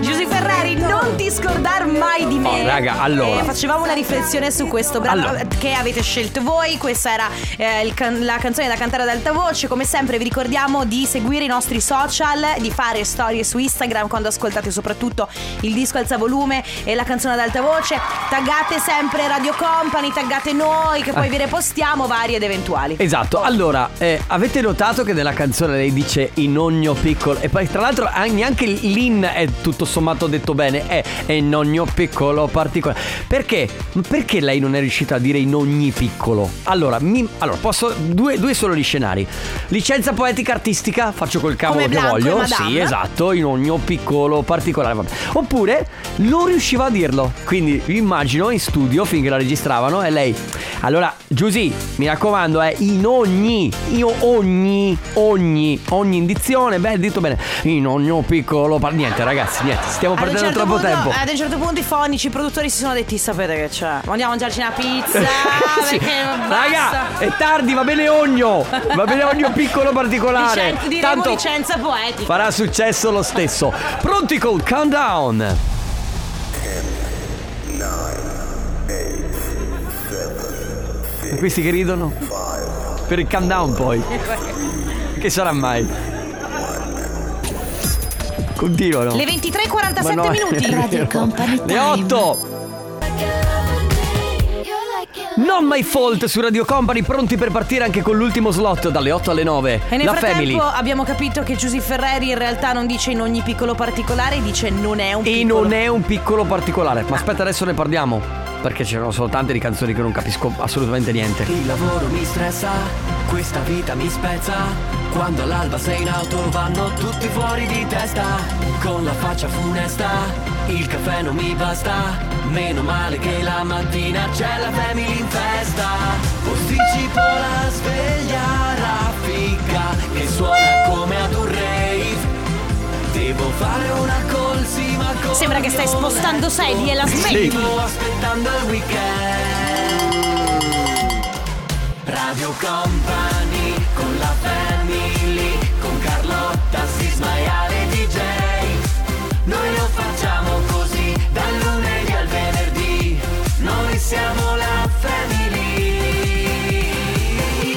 Speaker 2: Giuseppe Ferrari, non ti scordar mai di me.
Speaker 1: Oh, raga, allora.
Speaker 2: Eh, facevamo una riflessione su questo brano
Speaker 1: Allora.
Speaker 2: che avete scelto voi. Questa era eh, il can- la canzone da cantare ad alta voce. Come sempre, vi ricordiamo di seguire i nostri social, di fare storie su Instagram quando ascoltate soprattutto il disco alza volume e la canzone ad alta voce. Taggate sempre Radio Company, taggate noi, che poi
Speaker 1: Ah.
Speaker 2: vi repostiamo vari ed eventuali.
Speaker 1: Esatto, allora eh, avete notato che nella canzone lei dice in ogni piccolo e poi tra l'altro ah, neanche neanche l'in è tutto sommato detto bene, è è in ogni piccolo particolare. Perché? Perché lei non è riuscita a dire in ogni piccolo? Allora, mi- allora posso due, due solo gli scenari. Licenza poetica artistica, faccio col cavolo
Speaker 2: Come
Speaker 1: che
Speaker 2: Blanco e
Speaker 1: voglio.
Speaker 2: Madame.
Speaker 1: Sì, esatto, in ogni piccolo particolare. vabbè. Oppure non riusciva a dirlo. Quindi vi immagino in studio finché la registravano e lei. Allora, Giusy, mi raccomando, è in ogni, io ogni, ogni, ogni indizione, beh, detto bene, in ogni piccolo, par- niente ragazzi, niente, stiamo
Speaker 2: Ad un
Speaker 1: perdendo
Speaker 2: certo
Speaker 1: troppo
Speaker 2: punto-
Speaker 1: tempo.
Speaker 2: Ad un certo punto i fonici, i produttori si sono detti: Sapete che c'è? Andiamo a mangiarci una pizza.
Speaker 1: Sì.
Speaker 2: perché non basta."
Speaker 1: Raga, è tardi, va bene ogno, va bene ogni piccolo particolare.
Speaker 2: Licen- diremo
Speaker 1: Tanto
Speaker 2: licenza poetica.
Speaker 1: farà successo lo stesso. Pronti col countdown. E questi che ridono? Per il countdown poi. Che sarà mai? Continuano.
Speaker 2: Le 23:47
Speaker 1: Ma no,
Speaker 2: minuti.
Speaker 1: è vero. Le 8. Non my fault su Radio Company, pronti per partire anche con l'ultimo slot dalle 8 alle 9.
Speaker 2: E nel
Speaker 1: La
Speaker 2: frattempo
Speaker 1: family.
Speaker 2: abbiamo capito che Giusy Ferreri in realtà non dice in ogni piccolo particolare, dice non è un
Speaker 1: E
Speaker 2: piccolo.
Speaker 1: non è un piccolo particolare, ma aspetta adesso ne parliamo. Perché c'erano sono tante di canzoni che non capisco assolutamente niente.
Speaker 11: Il lavoro mi stressa, questa vita mi spezza. Quando all'alba sei in auto vanno tutti fuori di testa. Con la faccia funesta, il caffè non mi basta. Meno male che la mattina c'è la family in festa. Posticipo la sveglia raffica che suona come ad un rave. Devo fare una colsima con
Speaker 2: Sembra che stai spostando sedie e la smetti.
Speaker 11: Sto aspettando il weekend. Radio Company con la family, con Carlotta, Sisma e Ale DJ. Noi lo facciamo così, dal lunedì al venerdì. Noi siamo la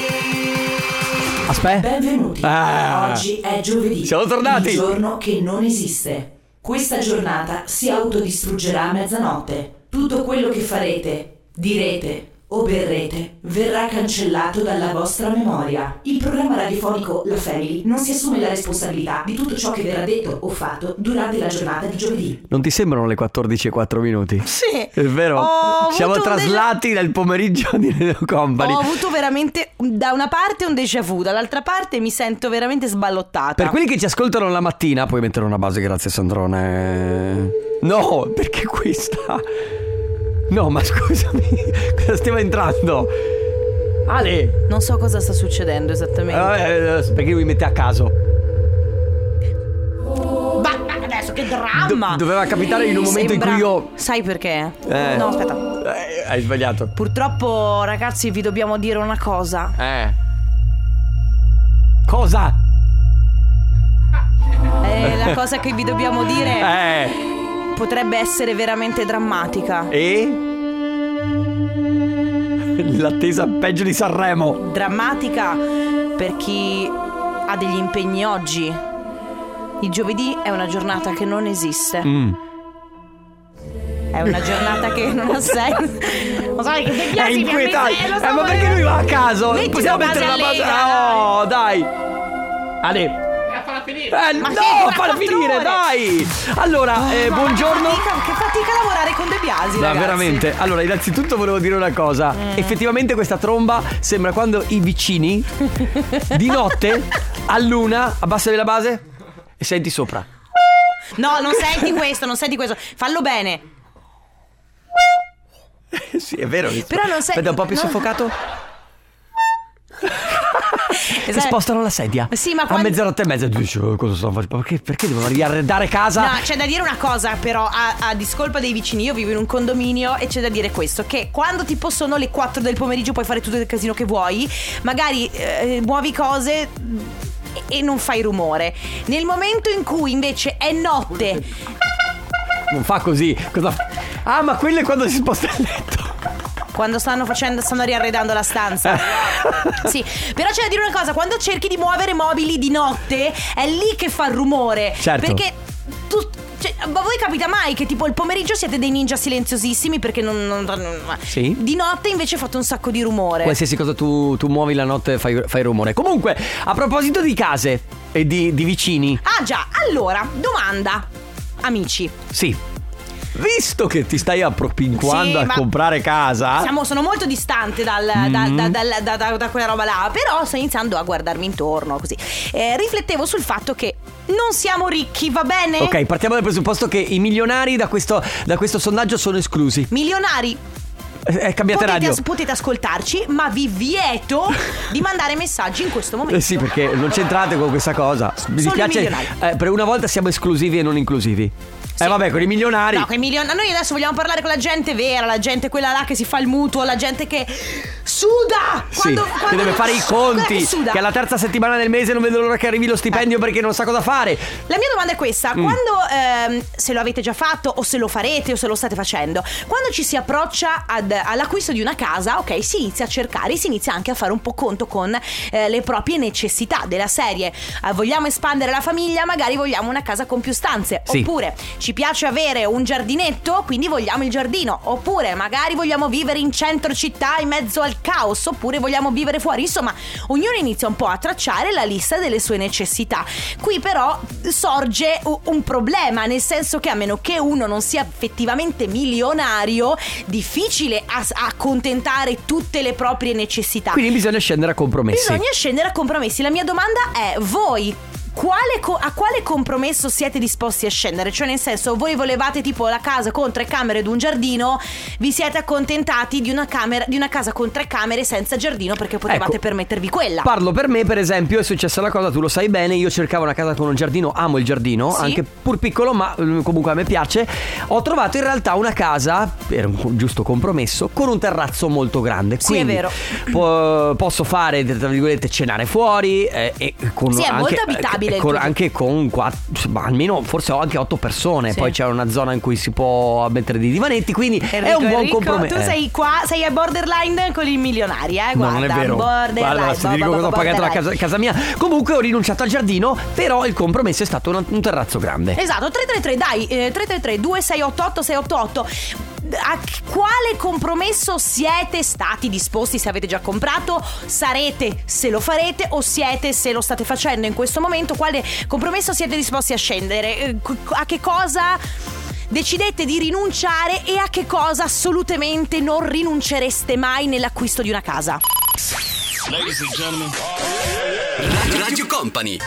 Speaker 11: family.
Speaker 1: Aspetta.
Speaker 3: Benvenuti.
Speaker 1: Ah.
Speaker 3: Oggi è giovedì.
Speaker 1: Siamo tornati.
Speaker 3: Un giorno che non esiste. Questa giornata si autodistruggerà a mezzanotte. Tutto quello che farete, direte o berrete verrà cancellato dalla vostra memoria. Il programma radiofonico La Family non si assume la responsabilità di tutto ciò che verrà detto o fatto durante la giornata di giovedì.
Speaker 1: Non ti sembrano le 14 e 4 minuti?
Speaker 2: Sì.
Speaker 1: È vero?
Speaker 2: Ho
Speaker 1: Siamo
Speaker 2: avuto un déjà-
Speaker 1: traslati dal pomeriggio di Radio Company.
Speaker 2: Ho avuto veramente da una parte un déjà vu, dall'altra parte mi sento veramente sballottata.
Speaker 1: Per quelli che ci ascoltano la mattina, puoi mettere una base, grazie Sandrone. No, perché questa? No, ma scusami, cosa stiamo entrando? Ale!
Speaker 2: Non so cosa sta succedendo
Speaker 1: Eh,
Speaker 2: esattamente.
Speaker 1: vabbè, eh, perché lui mette a caso?
Speaker 2: Ma ma adesso che dramma!
Speaker 1: Do- doveva capitare in un momento in
Speaker 2: Sembra-
Speaker 1: cui io-
Speaker 2: Sai perché?
Speaker 1: Eh.
Speaker 2: No, aspetta.
Speaker 1: Eh, hai sbagliato.
Speaker 2: Purtroppo, ragazzi, vi dobbiamo dire una cosa.
Speaker 1: Eh. Cosa?
Speaker 2: Eh, la cosa che vi dobbiamo dire
Speaker 1: Eh.
Speaker 2: potrebbe essere veramente drammatica.
Speaker 1: E? L'attesa peggio di Sanremo.
Speaker 2: Drammatica per chi ha degli impegni oggi. Il giovedì è una giornata che non esiste.
Speaker 1: Mm.
Speaker 2: È una giornata che non ha senso. Lo sai che
Speaker 1: È inquietante. Eh, ma perché lui va a caso? Possiamo mettere la base? Oh, dai. Ale. Eh,
Speaker 2: Ma che dura
Speaker 1: no, falla
Speaker 2: quattro
Speaker 1: finire,
Speaker 2: ore?
Speaker 1: dai. Allora,
Speaker 11: Ah,
Speaker 1: eh, buongiorno.
Speaker 2: Ah, Che fatica, che fatica lavorare con De Biasi,
Speaker 1: No,
Speaker 2: ragazzi. Eh.
Speaker 1: veramente. Allora, innanzitutto volevo dire una cosa. Effettivamente questa tromba sembra quando i vicini di notte a luna abbassi la base e senti sopra.
Speaker 2: No, non senti questo, non senti questo. Fallo bene.
Speaker 1: sì, è vero.
Speaker 2: Però non sei-
Speaker 1: Aspetta un po' più
Speaker 2: no.
Speaker 1: soffocato. E spostano la sedia.
Speaker 2: Sì, ma
Speaker 1: A
Speaker 2: quando-
Speaker 1: mezzanotte e mezza dici, "Oh, cosa sto facendo? Perché, perché devo riarredare casa?
Speaker 2: No, cioè- c'è da dire una cosa però a, a discolpa dei vicini, io vivo in un condominio e c'è da dire questo, che quando tipo sono le 4 del pomeriggio puoi fare tutto il casino che vuoi, magari eh, muovi cose mm, e- e non fai rumore. Nel momento in cui invece è notte,
Speaker 1: Non fa così. Cosa fa? Ah, ma quello è quando si sposta il letto.
Speaker 2: quando stanno facendo, stanno riarredando la stanza. sì, però c'è da dire una cosa, quando cerchi di muovere mobili di notte è lì che fa rumore.
Speaker 1: Certo.
Speaker 2: Perché tu Cioè, ma a voi capita mai che tipo il pomeriggio siete dei ninja silenziosissimi perché non. non- non-
Speaker 1: Sì.
Speaker 2: Di notte invece fate un sacco di rumore.
Speaker 1: Qualsiasi cosa tu, tu muovi la notte fai, fai rumore. Comunque, a proposito di case e di, di vicini.
Speaker 2: Ah già, allora, domanda, amici.
Speaker 1: Sì. Visto che ti stai appropinquando
Speaker 2: Sì,
Speaker 1: a
Speaker 2: ma-
Speaker 1: comprare casa.
Speaker 2: Siamo- sono molto distante dal- da,
Speaker 1: Mm.
Speaker 2: da- dal- da- da- da quella roba là, però sto iniziando a guardarmi intorno così. Eh, riflettevo sul fatto che non siamo ricchi, va bene?
Speaker 1: Ok, partiamo dal presupposto che i milionari da questo, da questo sondaggio sono esclusi.
Speaker 2: Milionari,
Speaker 1: Eh, eh, cambiate
Speaker 2: potete,
Speaker 1: radio.
Speaker 2: as- potete ascoltarci, ma vi vieto di mandare messaggi in questo momento.
Speaker 1: Eh sì, perché non c'entrate con questa cosa. Mi
Speaker 2: Solo i
Speaker 1: dispiace.
Speaker 2: milionari.
Speaker 1: eh, per una volta siamo esclusivi e non inclusivi. Eh vabbè, con i milionari.
Speaker 2: No, quei milion- Noi adesso vogliamo parlare con la gente vera, la gente quella là che si fa il mutuo, la gente che suda!
Speaker 1: Sì,
Speaker 2: Quando,
Speaker 1: che
Speaker 2: quando-
Speaker 1: deve fare i
Speaker 2: quella
Speaker 1: conti.
Speaker 2: Che suda. Eh.
Speaker 1: Che alla terza settimana del mese non vedo l'ora che arrivi lo stipendio perché non sa cosa fare.
Speaker 2: La mia domanda è questa:
Speaker 1: Mm.
Speaker 2: quando ehm, se lo avete già fatto, o se lo farete, o se lo state facendo, quando ci si approccia ad- all'acquisto di una casa, ok, si inizia a cercare, si inizia anche a fare un po' conto con eh, le proprie necessità della serie. Eh, vogliamo espandere la famiglia, magari vogliamo una casa con più stanze.
Speaker 4: Sì.
Speaker 2: Oppure ci piace avere un giardinetto, quindi vogliamo il giardino. Oppure magari vogliamo vivere in centro città in mezzo al caos, oppure vogliamo vivere fuori. Insomma, ognuno inizia un po' a tracciare la lista delle sue necessità. Qui però sorge u- un problema, nel senso che a meno che uno non sia effettivamente milionario, difficile ass- accontentare tutte le proprie necessità.
Speaker 1: Quindi bisogna scendere a compromessi.
Speaker 2: Bisogna scendere a compromessi. La mia domanda è: voi. quale co- a quale compromesso siete disposti a scendere? Cioè, nel senso, voi volevate tipo la casa con tre camere ed un giardino, vi siete accontentati di una, camera- di una casa con tre camere senza giardino perché potevate
Speaker 1: Ecco.
Speaker 2: permettervi quella.
Speaker 1: Parlo per me, per esempio, è successa la cosa, tu lo sai bene, io cercavo una casa con un giardino, amo il giardino,
Speaker 2: Sì.
Speaker 1: anche pur piccolo, ma mm, comunque a me piace. Ho trovato in realtà una casa, era un co- giusto compromesso, con un terrazzo molto grande.
Speaker 2: Sì,
Speaker 1: Quindi
Speaker 2: è vero.
Speaker 1: po- posso fare, tra virgolette, cenare fuori eh, e con
Speaker 2: Sì, è
Speaker 1: anche,
Speaker 2: molto abitabile
Speaker 1: eh, con-
Speaker 2: il tuo-
Speaker 1: anche con quatt- ma almeno forse ho anche otto persone,
Speaker 2: Sì.
Speaker 1: poi c'era una zona in cui si può mettere dei divanetti, quindi è
Speaker 2: Enrico,
Speaker 1: un buon
Speaker 2: Enrico,
Speaker 1: compromesso.
Speaker 2: Tu
Speaker 1: Eh.
Speaker 2: sei qua, sei a borderline con i milionari, eh?
Speaker 1: No,
Speaker 2: Guarda,
Speaker 1: non è vero.
Speaker 2: borderline.
Speaker 1: Guarda, ti
Speaker 2: bo-
Speaker 1: dico
Speaker 2: bo-
Speaker 1: cosa ho
Speaker 2: bo-
Speaker 1: pagato la
Speaker 2: borderline.
Speaker 1: casa, casa mia. Comunque ho rinunciato al giardino, però il compromesso è stato un, un terrazzo grande.
Speaker 2: Esatto, 333, dai, eh, 333 2688 688. A ch- quale compromesso siete stati disposti se avete già comprato? Sarete se lo farete o siete se lo state facendo in questo momento? Quale compromesso siete disposti a scendere? Eh, co- A che cosa decidete di rinunciare e a che cosa assolutamente non rinuncereste mai nell'acquisto di una casa?
Speaker 11: Radio Company.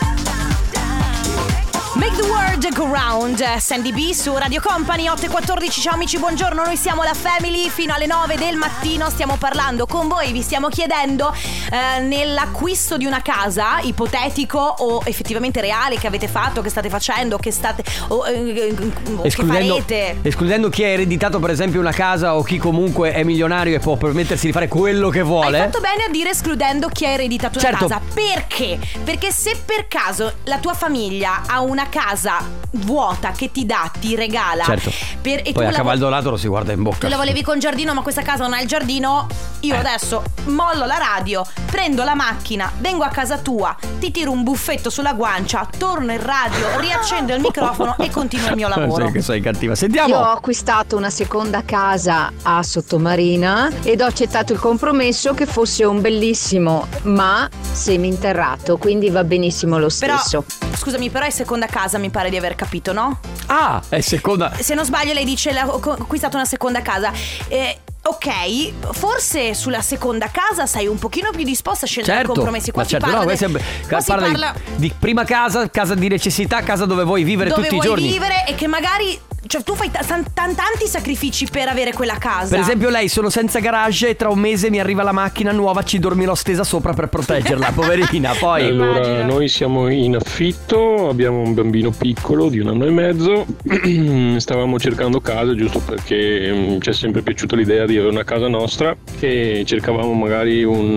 Speaker 2: Make the world go round, eh, Sandy B su Radio Company 814. Ciao amici, buongiorno. Noi siamo la Family fino alle 9 del mattino. Stiamo parlando con voi, vi stiamo chiedendo eh, nell'acquisto di una casa ipotetico o effettivamente reale che avete fatto, che state facendo, che state o, eh, o che
Speaker 1: Escludendo,
Speaker 2: farete.
Speaker 1: escludendo chi ha ereditato per esempio una casa o chi comunque è milionario e può permettersi di fare quello che vuole.
Speaker 2: Hai fatto bene a dire escludendo chi ha ereditato una
Speaker 1: Certo.
Speaker 2: casa. Perché? Perché se per caso la tua famiglia ha una casa vuota che ti dà, ti regala
Speaker 1: Certo.
Speaker 2: per- e tu
Speaker 1: Poi a
Speaker 2: la vu-
Speaker 1: cavaldolato lo si guarda in bocca.
Speaker 2: Tu la volevi con giardino, ma questa casa non ha il giardino.
Speaker 1: Eh.
Speaker 2: Io adesso mollo la radio, prendo la macchina, vengo a casa tua, ti tiro un buffetto sulla guancia, torno in radio, riaccendo il microfono e continuo il mio lavoro.
Speaker 1: Sì, che sei cattiva. Sentiamo.
Speaker 22: Io ho acquistato una seconda casa a Sottomarina ed ho accettato il compromesso che fosse un bellissimo ma seminterrato, quindi va benissimo lo
Speaker 2: Però,
Speaker 22: stesso.
Speaker 2: scusami, però è seconda casa, mi pare di aver capito, no?
Speaker 1: Ah, è seconda.
Speaker 2: Se non sbaglio, lei dice la- ho co- acquistato una seconda casa. Eh, ok, forse sulla seconda casa sei un pochino più disposta a scegliere
Speaker 1: Certo,
Speaker 2: compromessi. Qua
Speaker 1: ma
Speaker 2: si
Speaker 1: certo,
Speaker 2: parla
Speaker 1: no,
Speaker 2: de-
Speaker 1: questo è be-
Speaker 2: qua si
Speaker 1: parla di-
Speaker 2: parla-
Speaker 1: di, prima casa, casa di necessità, casa dove vuoi vivere
Speaker 2: dove
Speaker 1: tutti
Speaker 2: vuoi
Speaker 1: i giorni.
Speaker 2: vivere e che magari cioè tu fai ta- tan- tan- tanti sacrifici per avere quella casa.
Speaker 1: Per esempio, lei sono senza garage e tra un mese mi arriva la macchina nuova, ci dormirò stesa sopra per proteggerla, poverina. Poi.
Speaker 23: Allora, noi siamo in affitto, abbiamo un bambino piccolo di un anno e mezzo, stavamo cercando casa giusto perché mm, ci è sempre piaciuta l'idea di avere una casa nostra e cercavamo magari un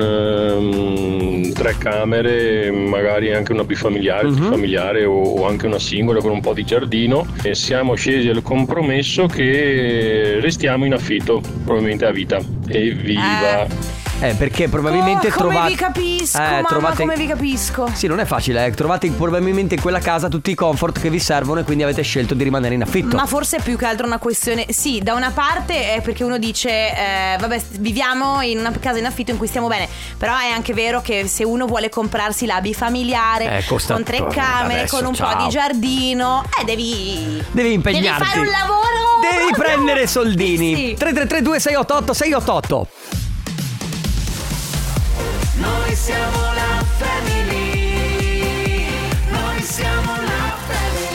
Speaker 23: ehm, tre camere, magari anche una
Speaker 1: Mhm.
Speaker 23: bifamiliare, trifamiliare o, o anche una singola con un po' di giardino e siamo scesi al compromesso che restiamo in affitto probabilmente a vita. Evviva!
Speaker 1: Eh, perché probabilmente
Speaker 2: Oh, come
Speaker 1: trovate.
Speaker 2: vi
Speaker 1: Eh,
Speaker 2: capisco, mamma, come vi capisco.
Speaker 1: Sì, non è facile, eh. Trovate probabilmente in quella casa tutti i comfort che vi servono e quindi avete scelto di rimanere in affitto.
Speaker 2: Ma forse è più che altro una questione. Sì, da una parte è perché uno dice, eh, vabbè, viviamo in una casa in affitto in cui stiamo bene. Però è anche vero che se uno vuole comprarsi la bifamiliare
Speaker 1: Eh, costa
Speaker 2: con tre
Speaker 1: attorno
Speaker 2: camere,
Speaker 1: adesso,
Speaker 2: con un
Speaker 1: ciao.
Speaker 2: po' di giardino, eh, devi.
Speaker 1: Devi impegnarti.
Speaker 2: Devi fare un lavoro.
Speaker 1: Devi
Speaker 2: proprio-
Speaker 1: prendere soldini. 3332 688 688.
Speaker 11: Noi siamo la family. Noi siamo la family.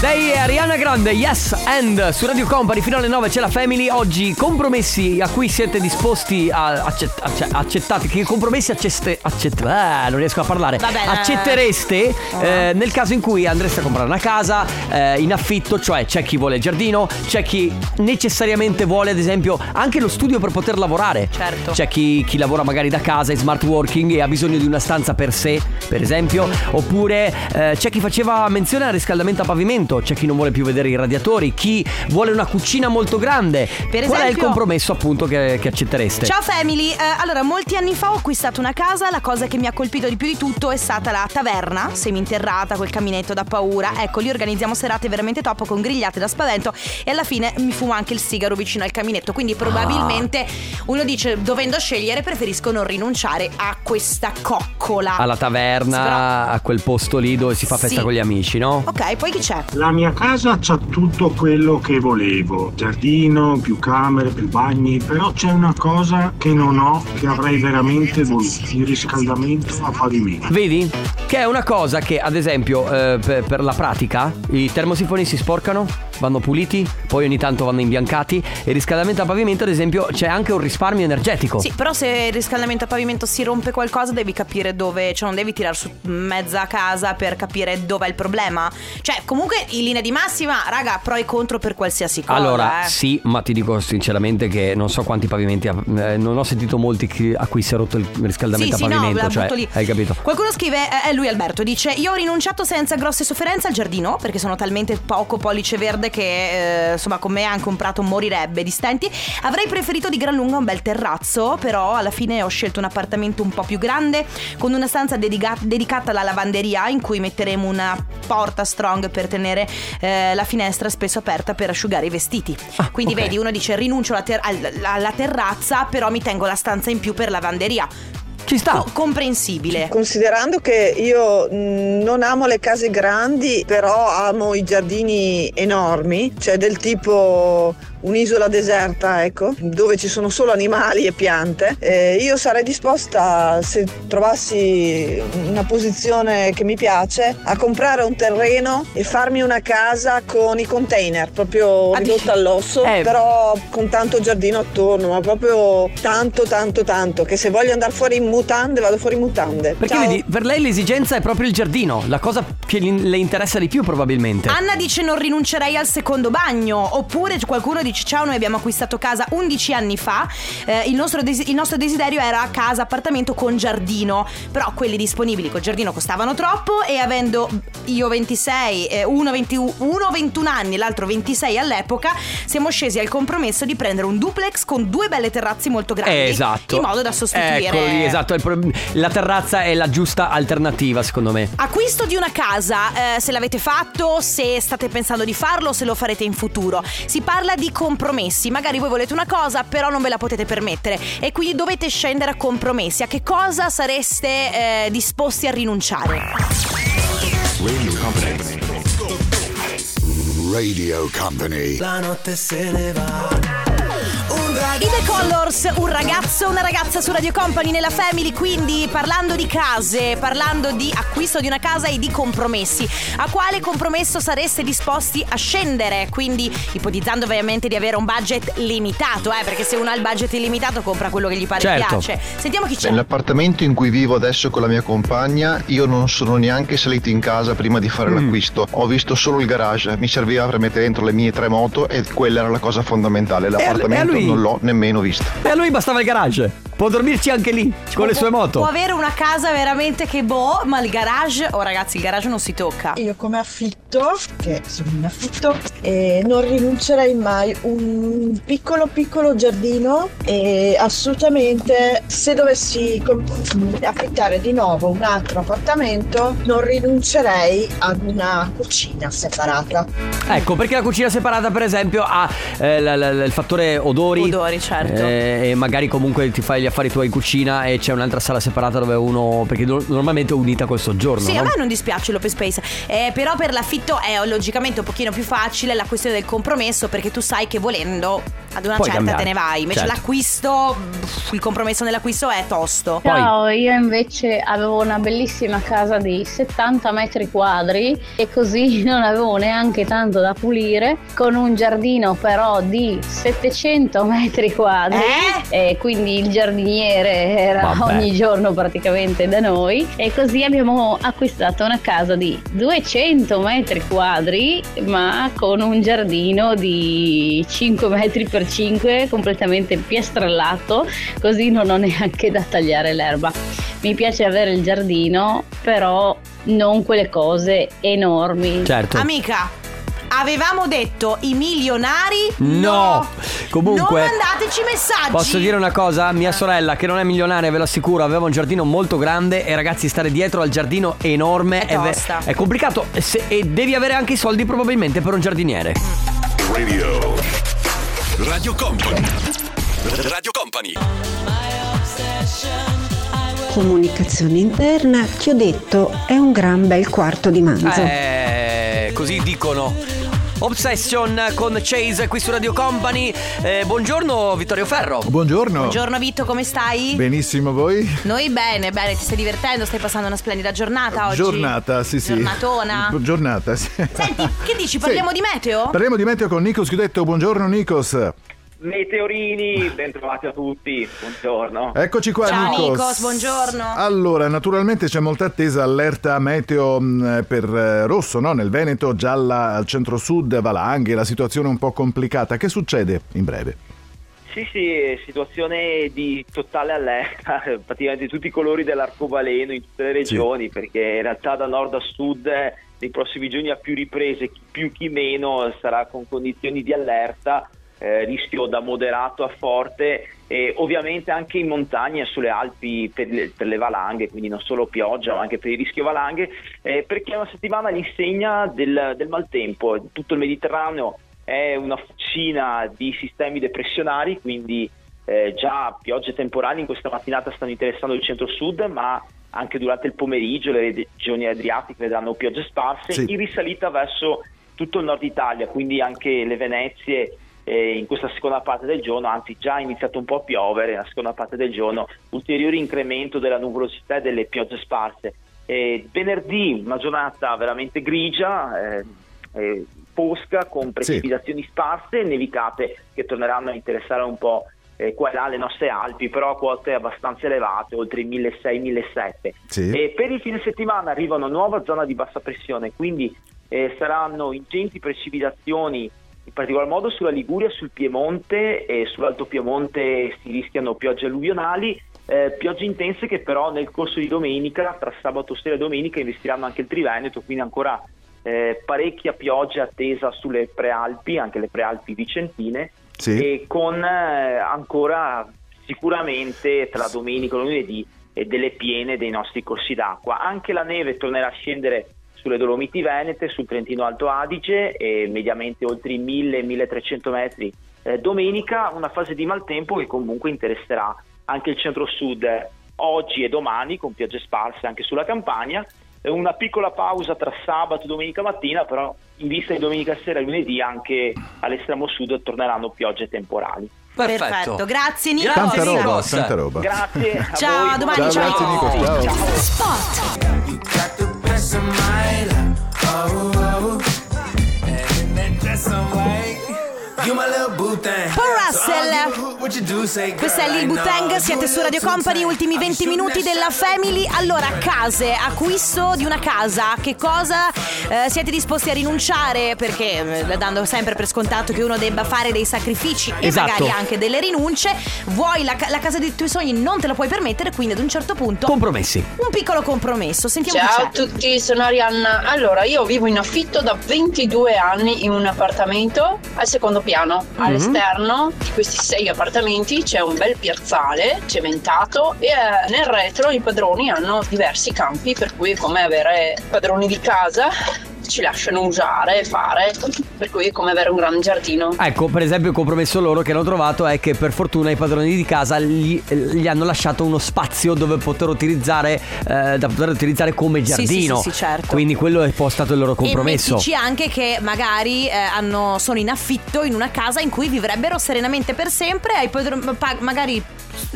Speaker 1: Lei è Ariana Grande, yes and su Radio Company fino alle 9 c'è la Family. Oggi compromessi a cui siete disposti a accettare. Cioè, accettate. Che compromessi acceste, accett- ah, non riesco a parlare.
Speaker 11: Vabbè, eh.
Speaker 1: Accettereste
Speaker 2: Ah.
Speaker 1: eh, nel caso in cui andreste a comprare una casa eh, in affitto, cioè c'è chi vuole il giardino, c'è chi necessariamente vuole, ad esempio, anche lo studio per poter lavorare.
Speaker 2: Certo.
Speaker 1: C'è chi, chi lavora magari da casa in smart working e ha bisogno di una stanza per sé, per esempio, oppure eh, c'è chi faceva menzione al riscaldamento a pavimento, c'è chi non vuole più vedere i radiatori, chi vuole una cucina molto grande.
Speaker 2: Per
Speaker 1: Qual è il
Speaker 2: esempio-
Speaker 1: compromesso appunto che, che accettereste?
Speaker 2: Ciao family, Eh, allora molti anni fa ho acquistato una casa, la cosa che mi ha colpito di più di tutto è stata la taverna, seminterrata, quel caminetto da paura, ecco lì organizziamo serate veramente top con grigliate da spavento e alla fine mi fumo anche il sigaro vicino al caminetto, quindi probabilmente uno dice dovendo scegliere preferisco non rinunciare a questa coccola.
Speaker 1: Alla taverna, a quel posto lì dove si fa festa
Speaker 2: Sì.
Speaker 1: con gli amici, no?
Speaker 2: Ok, poi chi c'è?
Speaker 4: La mia casa c'ha tutto quello che volevo, giardino, più camere, più bagni, però c'è una cosa che non ho, che avrei veramente voluto, il riscaldamento a pavimento.
Speaker 1: Vedi? Che è una cosa che, ad esempio, eh, per, per la pratica, i termosifoni si sporcano, vanno puliti, poi ogni tanto vanno imbiancati e il riscaldamento a pavimento, ad esempio, c'è anche un risparmio energetico.
Speaker 2: Sì, però se il riscaldamento a pavimento si rompe qualcosa devi capire dove, cioè non devi tirar su mezza casa per capire dov'è il problema. Cioè, comunque in linea di massima, raga, pro e contro per qualsiasi cosa.
Speaker 1: Allora,
Speaker 2: eh.
Speaker 1: sì, ma ti dico sinceramente che non so quanti pavimenti. eh, non ho sentito molti chi- a cui si è rotto il riscaldamento
Speaker 2: Sì,
Speaker 1: a
Speaker 2: sì, no,
Speaker 1: pavimento.
Speaker 2: la
Speaker 1: cioè,
Speaker 2: butto lì.
Speaker 1: hai capito?
Speaker 2: Qualcuno scrive, eh, è lui Alberto, dice Io ho rinunciato senza grosse sofferenze al giardino Perché sono talmente poco pollice verde che eh, insomma con me anche un prato morirebbe di stenti Avrei preferito di gran lunga un bel terrazzo Però alla fine ho scelto un appartamento un po' più grande Con una stanza dedica- dedicata alla lavanderia In cui metteremo una porta strong per tenere eh, la finestra spesso aperta per asciugare i vestiti Quindi
Speaker 1: Ah, ok.
Speaker 2: vedi uno dice rinuncio alla, ter- al- alla terrazza Però mi tengo la stanza in più per lavanderia
Speaker 1: ci sta.
Speaker 2: comprensibile.
Speaker 7: Considerando che io mh, non amo le case grandi, però amo i giardini enormi, cioè del tipo un'isola deserta, ecco, dove ci sono solo animali e piante, eh, io sarei disposta, se trovassi una posizione che mi piace, a comprare un terreno e farmi una casa con i container, proprio ridotta all'osso, però con tanto giardino attorno, ma proprio tanto, tanto, tanto, che se voglio andare fuori in mutande, vado fuori in mutande.
Speaker 1: Perché
Speaker 7: Ciao.
Speaker 1: vedi, per lei l'esigenza è proprio il giardino, la cosa che gli- le interessa di più probabilmente.
Speaker 2: Anna dice non rinuncerei al secondo bagno Oppure qualcuno dice ciao noi abbiamo acquistato casa 11 anni fa Eh, il, nostro desi- il nostro desiderio era casa, appartamento con giardino Però quelli disponibili col giardino costavano troppo E avendo io 26, eh, uno, 21 uno 21 anni l'altro 26 all'epoca Siamo scesi al compromesso di prendere un duplex con due belle terrazze molto grandi
Speaker 1: Eh, esatto.
Speaker 2: In modo da sostituire
Speaker 1: Eccolo lì, esatto. il pro- La terrazza è la giusta alternativa, secondo me.
Speaker 2: Acquisto di una casa, eh, se l'avete fatto, se state pensando di farlo, se lo farete in futuro. Si parla di compromessi, magari voi volete una cosa, però non ve la potete permettere e quindi dovete scendere a compromessi. A che cosa sareste eh, disposti a rinunciare?
Speaker 8: Radio Company. Radio Company.
Speaker 11: La notte se ne va.
Speaker 2: I The Colors, un ragazzo, una ragazza su Radio Company nella Family, quindi parlando di case, parlando di acquisto di una casa e di compromessi. A quale compromesso sareste disposti a scendere? Quindi ipotizzando ovviamente di avere un budget limitato, eh, perché se uno ha il budget illimitato compra quello che gli pare e
Speaker 24: Certo.
Speaker 2: piace. Sentiamo chi c'è.
Speaker 24: Nell'appartamento in cui vivo adesso con la mia compagna, io non sono neanche salito in casa prima di
Speaker 1: Mm.
Speaker 24: fare l'acquisto. Ho visto solo il garage, mi serviva per mettere dentro le mie tre moto e quella era la cosa fondamentale.
Speaker 1: E a- e a
Speaker 24: L'appartamento
Speaker 1: lui?
Speaker 24: non l'ho nemmeno visto.
Speaker 1: E a lui bastava il garage. Può dormirci anche lì, con le sue moto.
Speaker 2: Può avere una casa veramente che boh, ma il garage, oh ragazzi, il garage non si tocca.
Speaker 9: Io come affitto, che Eh, sono in affitto, eh, non rinuncerei mai un piccolo piccolo giardino e assolutamente se dovessi com- affittare di nuovo un altro appartamento non rinuncerei ad una cucina separata.
Speaker 2: Mm.
Speaker 1: Ecco, perché la cucina separata, per esempio, ha eh, la- la- la- il fattore odori.
Speaker 2: Odori, certo.
Speaker 1: Eh, e magari comunque ti fai gli affari tuoi in cucina e c'è un'altra sala separata dove uno. Perché do- normalmente è unita col soggiorno.
Speaker 2: Sì, ah,
Speaker 1: no?
Speaker 2: a me non dispiace l'open space, eh, però per l'affitto è logicamente un pochino più facile la questione del compromesso perché tu sai che volendo ad una
Speaker 10: Puoi
Speaker 2: certa
Speaker 10: cambiare,
Speaker 2: te ne vai, invece
Speaker 10: certo.
Speaker 2: l'acquisto, pff, il compromesso nell'acquisto è tosto.
Speaker 10: Ciao, io invece avevo una bellissima casa di 70 metri quadri e così non avevo neanche tanto da pulire, con un giardino però di 700 metri quadri
Speaker 2: Eh?
Speaker 10: e quindi il giardiniere era
Speaker 9: Vabbè.
Speaker 10: ogni giorno praticamente da noi e così abbiamo acquistato una casa di 200 metri quadri ma con un giardino di 5 metri per 5 completamente piastrellato così non ho neanche da tagliare l'erba mi piace avere il giardino però non quelle cose enormi
Speaker 1: Certo.
Speaker 2: Amica, avevamo detto i milionari
Speaker 1: No! Comunque.
Speaker 2: non mandateci messaggi.
Speaker 1: Posso dire una cosa? Mia sorella, che non è milionaria, ve lo assicuro, aveva un giardino molto grande e ragazzi stare dietro al giardino è enorme è, ve-
Speaker 2: tosta.
Speaker 1: è complicato e se- e devi avere anche i soldi probabilmente per un giardiniere.
Speaker 8: Radio Radio Company Radio Company
Speaker 12: Comunicazione interna, ti ho detto, è un gran bel quarto di manzo.
Speaker 1: Mm. Eh, così dicono. Obsession con Chase qui su Radio Company. Eh, buongiorno Vittorio Ferro.
Speaker 15: Buongiorno.
Speaker 2: Buongiorno Vitto, come stai?
Speaker 15: Benissimo voi?
Speaker 2: Noi bene, bene, ti stai divertendo, stai passando una splendida giornata oggi.
Speaker 15: Giornata, sì sì.
Speaker 2: Giornatona.
Speaker 15: Giornata, sì.
Speaker 2: Senti, che dici? Parliamo di meteo?
Speaker 15: Parliamo di meteo con Nikos Chiudetto. Buongiorno Nikos.
Speaker 25: Meteorini, bentrovati a tutti, buongiorno.
Speaker 15: Eccoci qua
Speaker 25: Ciao,
Speaker 15: Nikos.
Speaker 25: Nikos, buongiorno.
Speaker 15: Allora, naturalmente c'è molta attesa allerta meteo mh, per eh, rosso, no? Nel Veneto, gialla al centro-sud, Valanghe, la situazione è un po' complicata. Che succede in breve?
Speaker 25: Sì, sì, situazione di totale allerta, praticamente tutti i colori dell'arcobaleno in tutte le regioni, perché in realtà da nord a sud eh, nei prossimi giorni a più riprese, chi più chi meno, eh, sarà con condizioni di allerta, eh, rischio da moderato a forte e ovviamente anche in montagna, sulle Alpi per le, per le valanghe, quindi non solo pioggia ma anche per il rischio valanghe, eh, perché è una settimana l'insegna del, del maltempo, tutto il Mediterraneo è una fucina di sistemi depressionari, quindi eh, già piogge temporali in questa mattinata stanno interessando il centro-sud, ma anche durante il pomeriggio le regioni adriatiche vedranno piogge sparse,
Speaker 15: Sì.
Speaker 25: in risalita verso tutto il nord Italia, quindi anche le Venezie eh, in questa seconda parte del giorno, anzi già è iniziato un po' a piovere nella seconda parte del giorno, ulteriore incremento della nuvolosità e delle piogge sparse. Eh, venerdì una giornata veramente grigia, eh, eh, fosca con precipitazioni sparse e nevicate che torneranno a interessare un po' eh, qua e là le nostre Alpi, però a quote abbastanza elevate, oltre i 1600-1700.
Speaker 15: Sì.
Speaker 25: E Eh, per il fine settimana arriva una nuova zona di bassa pressione, quindi eh, saranno ingenti precipitazioni in particolar modo sulla Liguria, sul Piemonte e sull'Alto Piemonte si rischiano piogge alluvionali, eh, piogge intense che però nel corso di domenica, tra sabato sera e domenica, investiranno anche il Triveneto, quindi ancora eh, parecchia pioggia attesa sulle prealpi, anche le prealpi vicentine,
Speaker 15: Sì.
Speaker 25: e con eh, ancora sicuramente tra domenica e lunedì eh, delle piene dei nostri corsi d'acqua. Anche la neve tornerà a scendere sulle Dolomiti Venete, sul Trentino Alto Adige e mediamente oltre i 1000-1300 metri. Eh, domenica una fase di maltempo che comunque interesserà anche il centro-sud eh, oggi e domani con piogge sparse anche sulla Campania. Eh, Una piccola pausa tra sabato e domenica mattina, però in vista di domenica sera e lunedì anche all'estremo sud torneranno piogge temporali.
Speaker 2: Perfetto. Grazie Nico.
Speaker 15: Tanta roba, tanta roba.
Speaker 25: Grazie. a
Speaker 2: Ciao,
Speaker 25: voi.
Speaker 2: a domani,
Speaker 15: Ciao, grazie, Nico, ciao.
Speaker 2: Spot.
Speaker 26: You my little boo thing.
Speaker 2: Paul Russell Questa è Lil Butang, siete su Radio Company, ultimi 20 minuti della Family. Allora, case, acquisto di una casa, che cosa eh, siete disposti a rinunciare? Perché eh, dando sempre per scontato che uno debba fare dei sacrifici e
Speaker 1: Esatto.
Speaker 2: magari anche delle rinunce, vuoi la, ca- la casa dei tuoi sogni, non te la puoi permettere, quindi ad un certo punto...
Speaker 1: Compromessi.
Speaker 2: Un piccolo compromesso, sentiamo chi
Speaker 13: Ciao a
Speaker 2: c'è.
Speaker 13: tutti, sono Arianna. Allora, io vivo in affitto da 22 anni in un appartamento al secondo piano.
Speaker 2: Mhm.
Speaker 13: All'esterno di questi sei appartamenti c'è un bel piazzale cementato e eh, nel retro i padroni hanno diversi campi, per cui è come avere padroni di casa ci lasciano usare e fare, per cui è come avere un gran giardino.
Speaker 1: Ecco, per esempio il compromesso loro che hanno trovato è che per fortuna i padroni di casa gli, gli hanno lasciato uno spazio dove poter utilizzare, eh, da poter utilizzare come
Speaker 2: Sì, sì,
Speaker 1: giardino.
Speaker 2: sì, sì, certo.
Speaker 1: Quindi quello è poi stato il loro
Speaker 2: E
Speaker 1: compromesso.
Speaker 2: mettici anche che magari eh, hanno- sono in affitto in una casa in cui vivrebbero serenamente per sempre, ai padr- pa- magari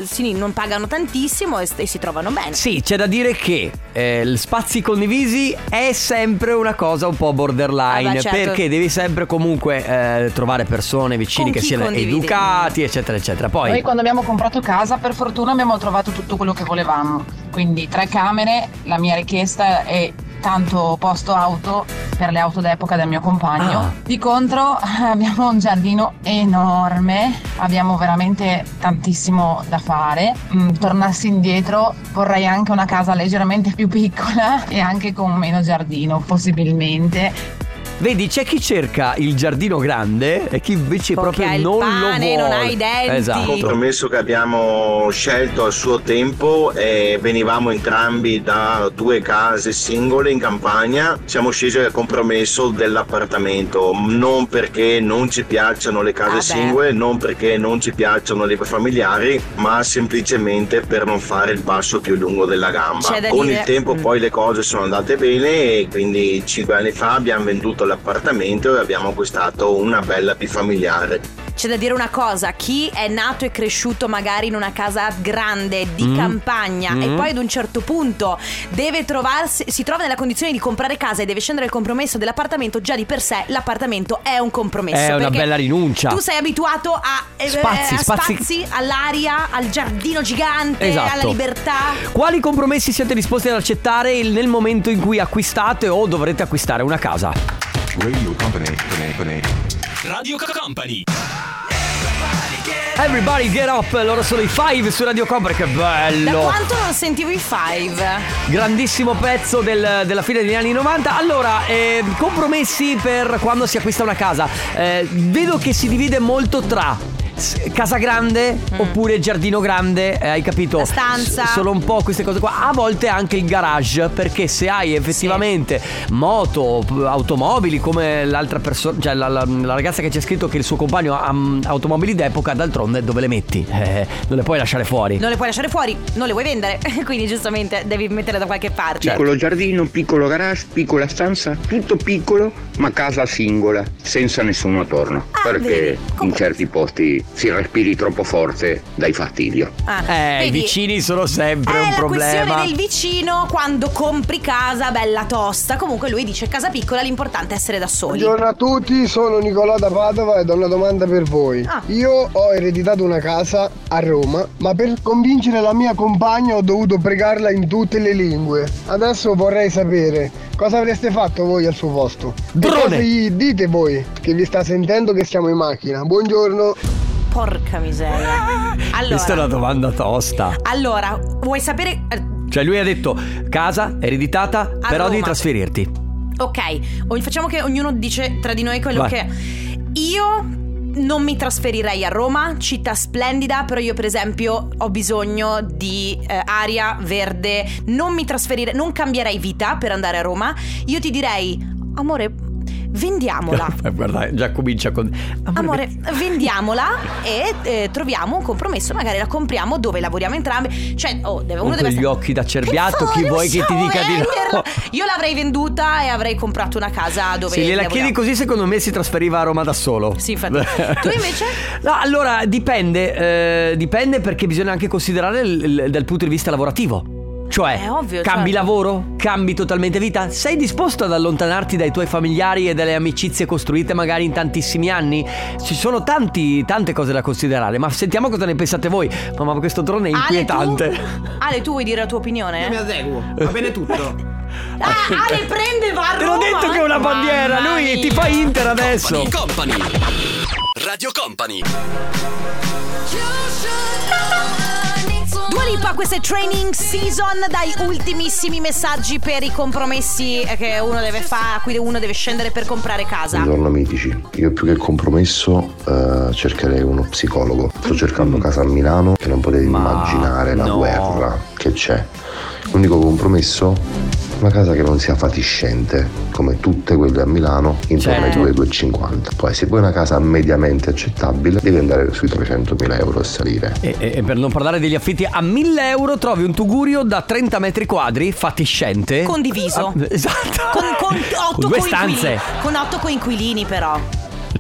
Speaker 2: sì, non pagano tantissimo e, st- e si trovano bene.
Speaker 1: Sì, c'è da dire che eh, gli spazi condivisi è sempre una cosa un po' borderline
Speaker 2: Ah, beh, certo.
Speaker 1: perché devi sempre comunque eh, trovare persone vicine
Speaker 13: Con
Speaker 1: che
Speaker 13: chi
Speaker 1: siano
Speaker 13: condividi.
Speaker 1: educati, eccetera, eccetera. Poi
Speaker 13: Noi quando abbiamo comprato casa, per fortuna abbiamo trovato tutto quello che volevamo. Quindi tre camere, la mia richiesta è tanto posto auto per le auto d'epoca del mio compagno.
Speaker 14: Ah.
Speaker 13: Di contro abbiamo un giardino enorme, abbiamo veramente tantissimo da fare. Mm, Tornassi indietro vorrei anche una casa leggermente più piccola e anche con meno giardino possibilmente.
Speaker 1: vedi c'è chi cerca il giardino grande e chi invece
Speaker 2: ha
Speaker 1: proprio
Speaker 2: il
Speaker 1: non
Speaker 2: pane,
Speaker 1: lo vuole.
Speaker 2: non ha i denti.
Speaker 1: Esatto.
Speaker 20: Il compromesso che abbiamo scelto al suo tempo eh, venivamo entrambi da due case singole in campagna. Siamo scesi al compromesso dell'appartamento, non perché non ci piacciono le
Speaker 16: Ah,
Speaker 20: case singole, non perché non ci piacciono le familiari, ma semplicemente per non fare il passo più lungo della gamba.
Speaker 16: C'è da
Speaker 20: Con
Speaker 16: dire- Mm.
Speaker 20: il tempo poi le cose sono andate bene e quindi cinque anni fa abbiamo venduto l'appartamento e abbiamo acquistato una bella bifamiliare.
Speaker 2: C'è da dire una cosa, chi è nato e cresciuto magari in una casa grande di
Speaker 20: Mm.
Speaker 2: campagna e
Speaker 20: Mm.
Speaker 2: poi ad un certo punto deve trovarsi, si trova nella condizione di comprare casa e deve scendere al compromesso dell'appartamento, già di per sé l'appartamento è un compromesso.
Speaker 1: È una
Speaker 2: perché
Speaker 1: bella rinuncia.
Speaker 2: Tu sei abituato a eh,
Speaker 1: Spazi,
Speaker 2: a
Speaker 1: spazi.
Speaker 2: spazi, all'aria, al giardino gigante,
Speaker 1: Esatto.
Speaker 2: alla libertà.
Speaker 1: Quali compromessi siete disposti ad accettare il- nel momento in cui acquistate o dovrete acquistare una casa? Radio Company,
Speaker 8: Radio Company.
Speaker 1: Everybody get up, loro sono i Five su Radio Company, che
Speaker 2: Da
Speaker 1: bello!
Speaker 2: quanto non sentivo i five?
Speaker 1: Grandissimo pezzo del- della fine degli anni 90. Allora, eh, compromessi per quando si acquista una casa. Eh, vedo che si divide molto tra s- casa grande oppure giardino grande, eh, hai capito? La
Speaker 2: Mm. stanza.
Speaker 1: sono un po' queste cose qua. A volte anche il garage, perché se hai effettivamente moto, p- automobili, come l'altra persona, cioè la, la- la ragazza che c'è scritto che il suo compagno ha mm, automobili d'epoca, d'altronde dove le metti? Eh, non le puoi lasciare fuori.
Speaker 2: Non le puoi lasciare fuori, non le vuoi vendere, quindi giustamente devi metterle da qualche parte.
Speaker 1: Certo.
Speaker 17: Piccolo giardino, piccolo garage, piccola stanza, tutto piccolo, ma casa singola, senza nessuno attorno. perché in certi posti si respiri troppo forte, dai fastidio.
Speaker 1: eh, i
Speaker 2: vedi? Eh,
Speaker 1: vicini sono sempre un
Speaker 2: Ah. La questione
Speaker 1: problema.
Speaker 2: del vicino quando compri casa, bella tosta. Comunque lui dice casa piccola, l'importante è essere da soli.
Speaker 19: Buongiorno a tutti, sono Nicolò da Padova ed ho una domanda per voi. Io ho ereditato una casa a Roma, ma per convincere la mia compagna ho dovuto pregarla in tutte le lingue. Adesso vorrei sapere cosa avreste fatto voi al suo posto. E
Speaker 1: Drone.
Speaker 19: Cosa gli dite voi che vi sta sentendo che siamo in macchina? Buongiorno.
Speaker 2: Porca miseria.
Speaker 1: Questa è
Speaker 2: Allora,
Speaker 1: una domanda tosta.
Speaker 2: allora, vuoi sapere... eh,
Speaker 1: Cioè lui ha detto casa ereditata, però devi
Speaker 2: Roma.
Speaker 1: trasferirti.
Speaker 2: Ok, o- facciamo che ognuno dice tra di noi quello
Speaker 1: Vai.
Speaker 2: che... Io non mi trasferirei a Roma, città splendida, però io per esempio ho bisogno di eh, aria verde, non mi trasferirei, non cambierei vita per andare a Roma. Io ti direi, amore, vendiamola.
Speaker 1: Eh, Guarda, già comincia con...
Speaker 2: Amore, vendiamola e eh, troviamo un compromesso, magari la compriamo dove lavoriamo entrambi. Cioè, oh, deve- uno deve
Speaker 1: Con quegli
Speaker 2: stare-
Speaker 1: occhi da cerbiato, chi vuoi che ti dica di no?
Speaker 2: Io l'avrei venduta e avrei comprato una casa dove
Speaker 1: Se gliela
Speaker 2: lavoriamo.
Speaker 1: chiedi così, secondo me si trasferiva a Roma da solo.
Speaker 2: Sì, infatti. Tu invece?
Speaker 1: No, allora dipende, eh, dipende perché bisogna anche considerare il- il- dal punto di vista lavorativo. Cioè,
Speaker 2: È ovvio,
Speaker 1: cambi
Speaker 2: certo.
Speaker 1: lavoro? Cambi totalmente vita? Sei disposto ad allontanarti dai tuoi familiari e dalle amicizie costruite magari in tantissimi anni? Ci sono tanti, tante cose da considerare, ma sentiamo cosa ne pensate voi. Mamma, questo drone è inquietante.
Speaker 2: Ale, tu vuoi dire la tua opinione? Io mi adeguo.
Speaker 1: Va bene tutto.
Speaker 2: Ah, Ale prende va a
Speaker 1: Te l'ho
Speaker 2: Roma,
Speaker 1: detto che è una
Speaker 2: mamma
Speaker 1: bandiera, lui
Speaker 2: mia.
Speaker 1: ti fa Inter adesso.
Speaker 27: Company. Radio Company.
Speaker 2: Dua Lipa, questa è Training Season dai ultimissimi messaggi per i compromessi eh, che uno deve fare, a cui uno deve scendere per comprare casa.
Speaker 14: Buongiorno amici, io più che compromesso eh, cercherei uno psicologo. Sto cercando casa a Milano che non potete immaginare la guerra che c'è. L'unico compromesso? Una casa che non sia fatiscente, come tutte quelle a Milano, intorno
Speaker 28: Certo.
Speaker 14: ai 2,50. Poi se vuoi una casa mediamente accettabile devi andare sui 300.000 euro e salire.
Speaker 1: E, e- e per non parlare degli affitti, a 1000 euro trovi un tugurio da 30 metri quadri, fatiscente.
Speaker 2: Condiviso.
Speaker 1: Ah, esatto.
Speaker 2: Con, con otto
Speaker 1: due
Speaker 2: coinquilini-
Speaker 1: stanze.
Speaker 2: Con otto coinquilini però.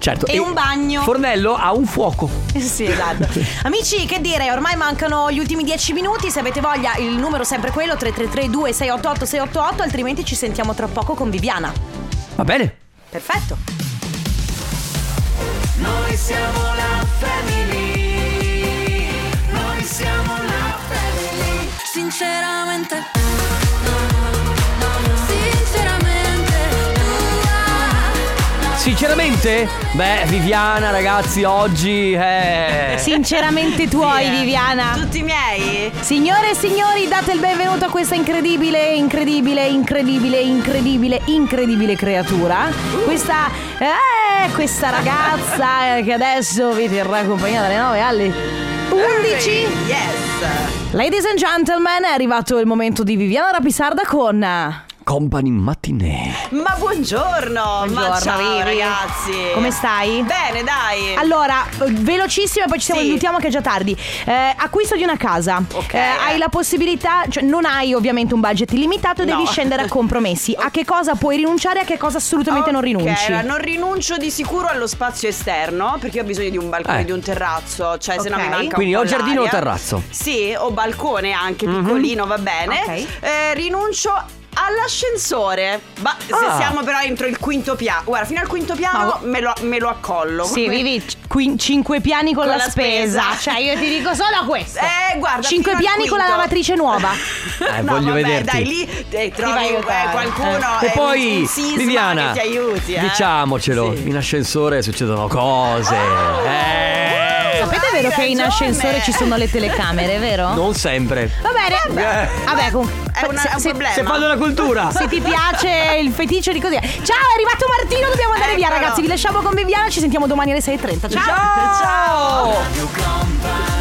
Speaker 1: Certo.
Speaker 2: E un bagno.
Speaker 1: Fornello ha un fuoco.
Speaker 2: Eh Sì, esatto. Amici, che dire, ormai mancano gli ultimi 10 minuti. Se avete voglia, il numero è sempre quello: 333-2688-688. Altrimenti ci sentiamo tra poco con Viviana.
Speaker 1: Va bene.
Speaker 2: Perfetto.
Speaker 11: Noi siamo la family. Noi siamo la family. Sinceramente. Sinceramente.
Speaker 1: Sinceramente? Beh, Viviana, ragazzi, oggi eh. è.
Speaker 2: Sinceramente tuoi, Viviana. Eh. Tutti miei. Signore e signori, date il benvenuto a questa incredibile, incredibile, incredibile, incredibile, incredibile creatura. Questa, eh, questa ragazza eh, che adesso vi terrà compagnia dalle 9 alle Eh, 11. Yes. Ladies and gentlemen, è arrivato il momento di Viviana Rapisarda con...
Speaker 1: Company Matinee.
Speaker 7: Ma buongiorno, ma
Speaker 2: Buongiorno,
Speaker 7: ciao
Speaker 2: Vivi.
Speaker 7: ragazzi.
Speaker 2: Come stai?
Speaker 7: Bene, dai.
Speaker 2: Allora, eh, velocissimo e poi ci siamo salutiamo che è già tardi. Eh, acquisto di una casa. Eh, hai la possibilità, cioè non hai ovviamente un budget illimitato, devi
Speaker 7: No.
Speaker 2: scendere a compromessi. A che cosa puoi rinunciare e a che cosa assolutamente non
Speaker 7: Ok,
Speaker 2: rinunci?
Speaker 7: allora, non rinuncio di sicuro allo spazio esterno perché ho bisogno di un balcone,
Speaker 1: Eh.
Speaker 7: di un terrazzo, cioè se no
Speaker 2: Ok.
Speaker 7: mi manca
Speaker 1: Quindi
Speaker 7: un
Speaker 1: o
Speaker 7: po'
Speaker 1: giardino o
Speaker 7: l'aria.
Speaker 2: Certo.
Speaker 1: terrazzo?
Speaker 7: Sì, o balcone anche
Speaker 2: Mhm.
Speaker 7: piccolino, va bene. Eh, rinuncio all'ascensore. Ma
Speaker 2: Ah.
Speaker 7: se siamo però entro il quinto piano, guarda, fino al quinto piano me, lo, me lo accollo.
Speaker 2: Sì,
Speaker 7: Come-
Speaker 2: vivi c- quin- cinque piani con,
Speaker 7: Con
Speaker 2: la,
Speaker 7: la
Speaker 2: spesa.
Speaker 7: spesa.
Speaker 2: Cioè, io ti dico solo questo.
Speaker 7: Eh, guarda,
Speaker 2: Cinque
Speaker 7: fino al
Speaker 2: piani con la
Speaker 7: quinto.
Speaker 2: lavatrice nuova.
Speaker 1: Eh, voglio vederti.
Speaker 7: Dai, lì eh,
Speaker 2: vai
Speaker 7: trovi
Speaker 2: a
Speaker 7: eh,
Speaker 2: aiutare.
Speaker 7: qualcuno.
Speaker 1: E
Speaker 7: eh,
Speaker 1: poi,
Speaker 7: un sisma
Speaker 1: Viviana,
Speaker 7: che ti aiuti. Eh.
Speaker 1: diciamocelo, in ascensore succedono cose. eh.
Speaker 2: Sapete è vero che in ascensore ci sono le telecamere,
Speaker 7: Ah!
Speaker 2: vero?
Speaker 1: Non sempre.
Speaker 2: Va bene.
Speaker 1: Vabbè.
Speaker 2: Vabbè, con- se- se-
Speaker 1: Se fanno la cultura.
Speaker 2: Se ti piace il feticcio di così. Ciao, è arrivato Martino, dobbiamo andare via,
Speaker 7: Eccolo.
Speaker 2: ragazzi. Vi lasciamo con Viviana, ci sentiamo domani alle 6.30. Ciao!
Speaker 7: Ciao.
Speaker 11: Ciao.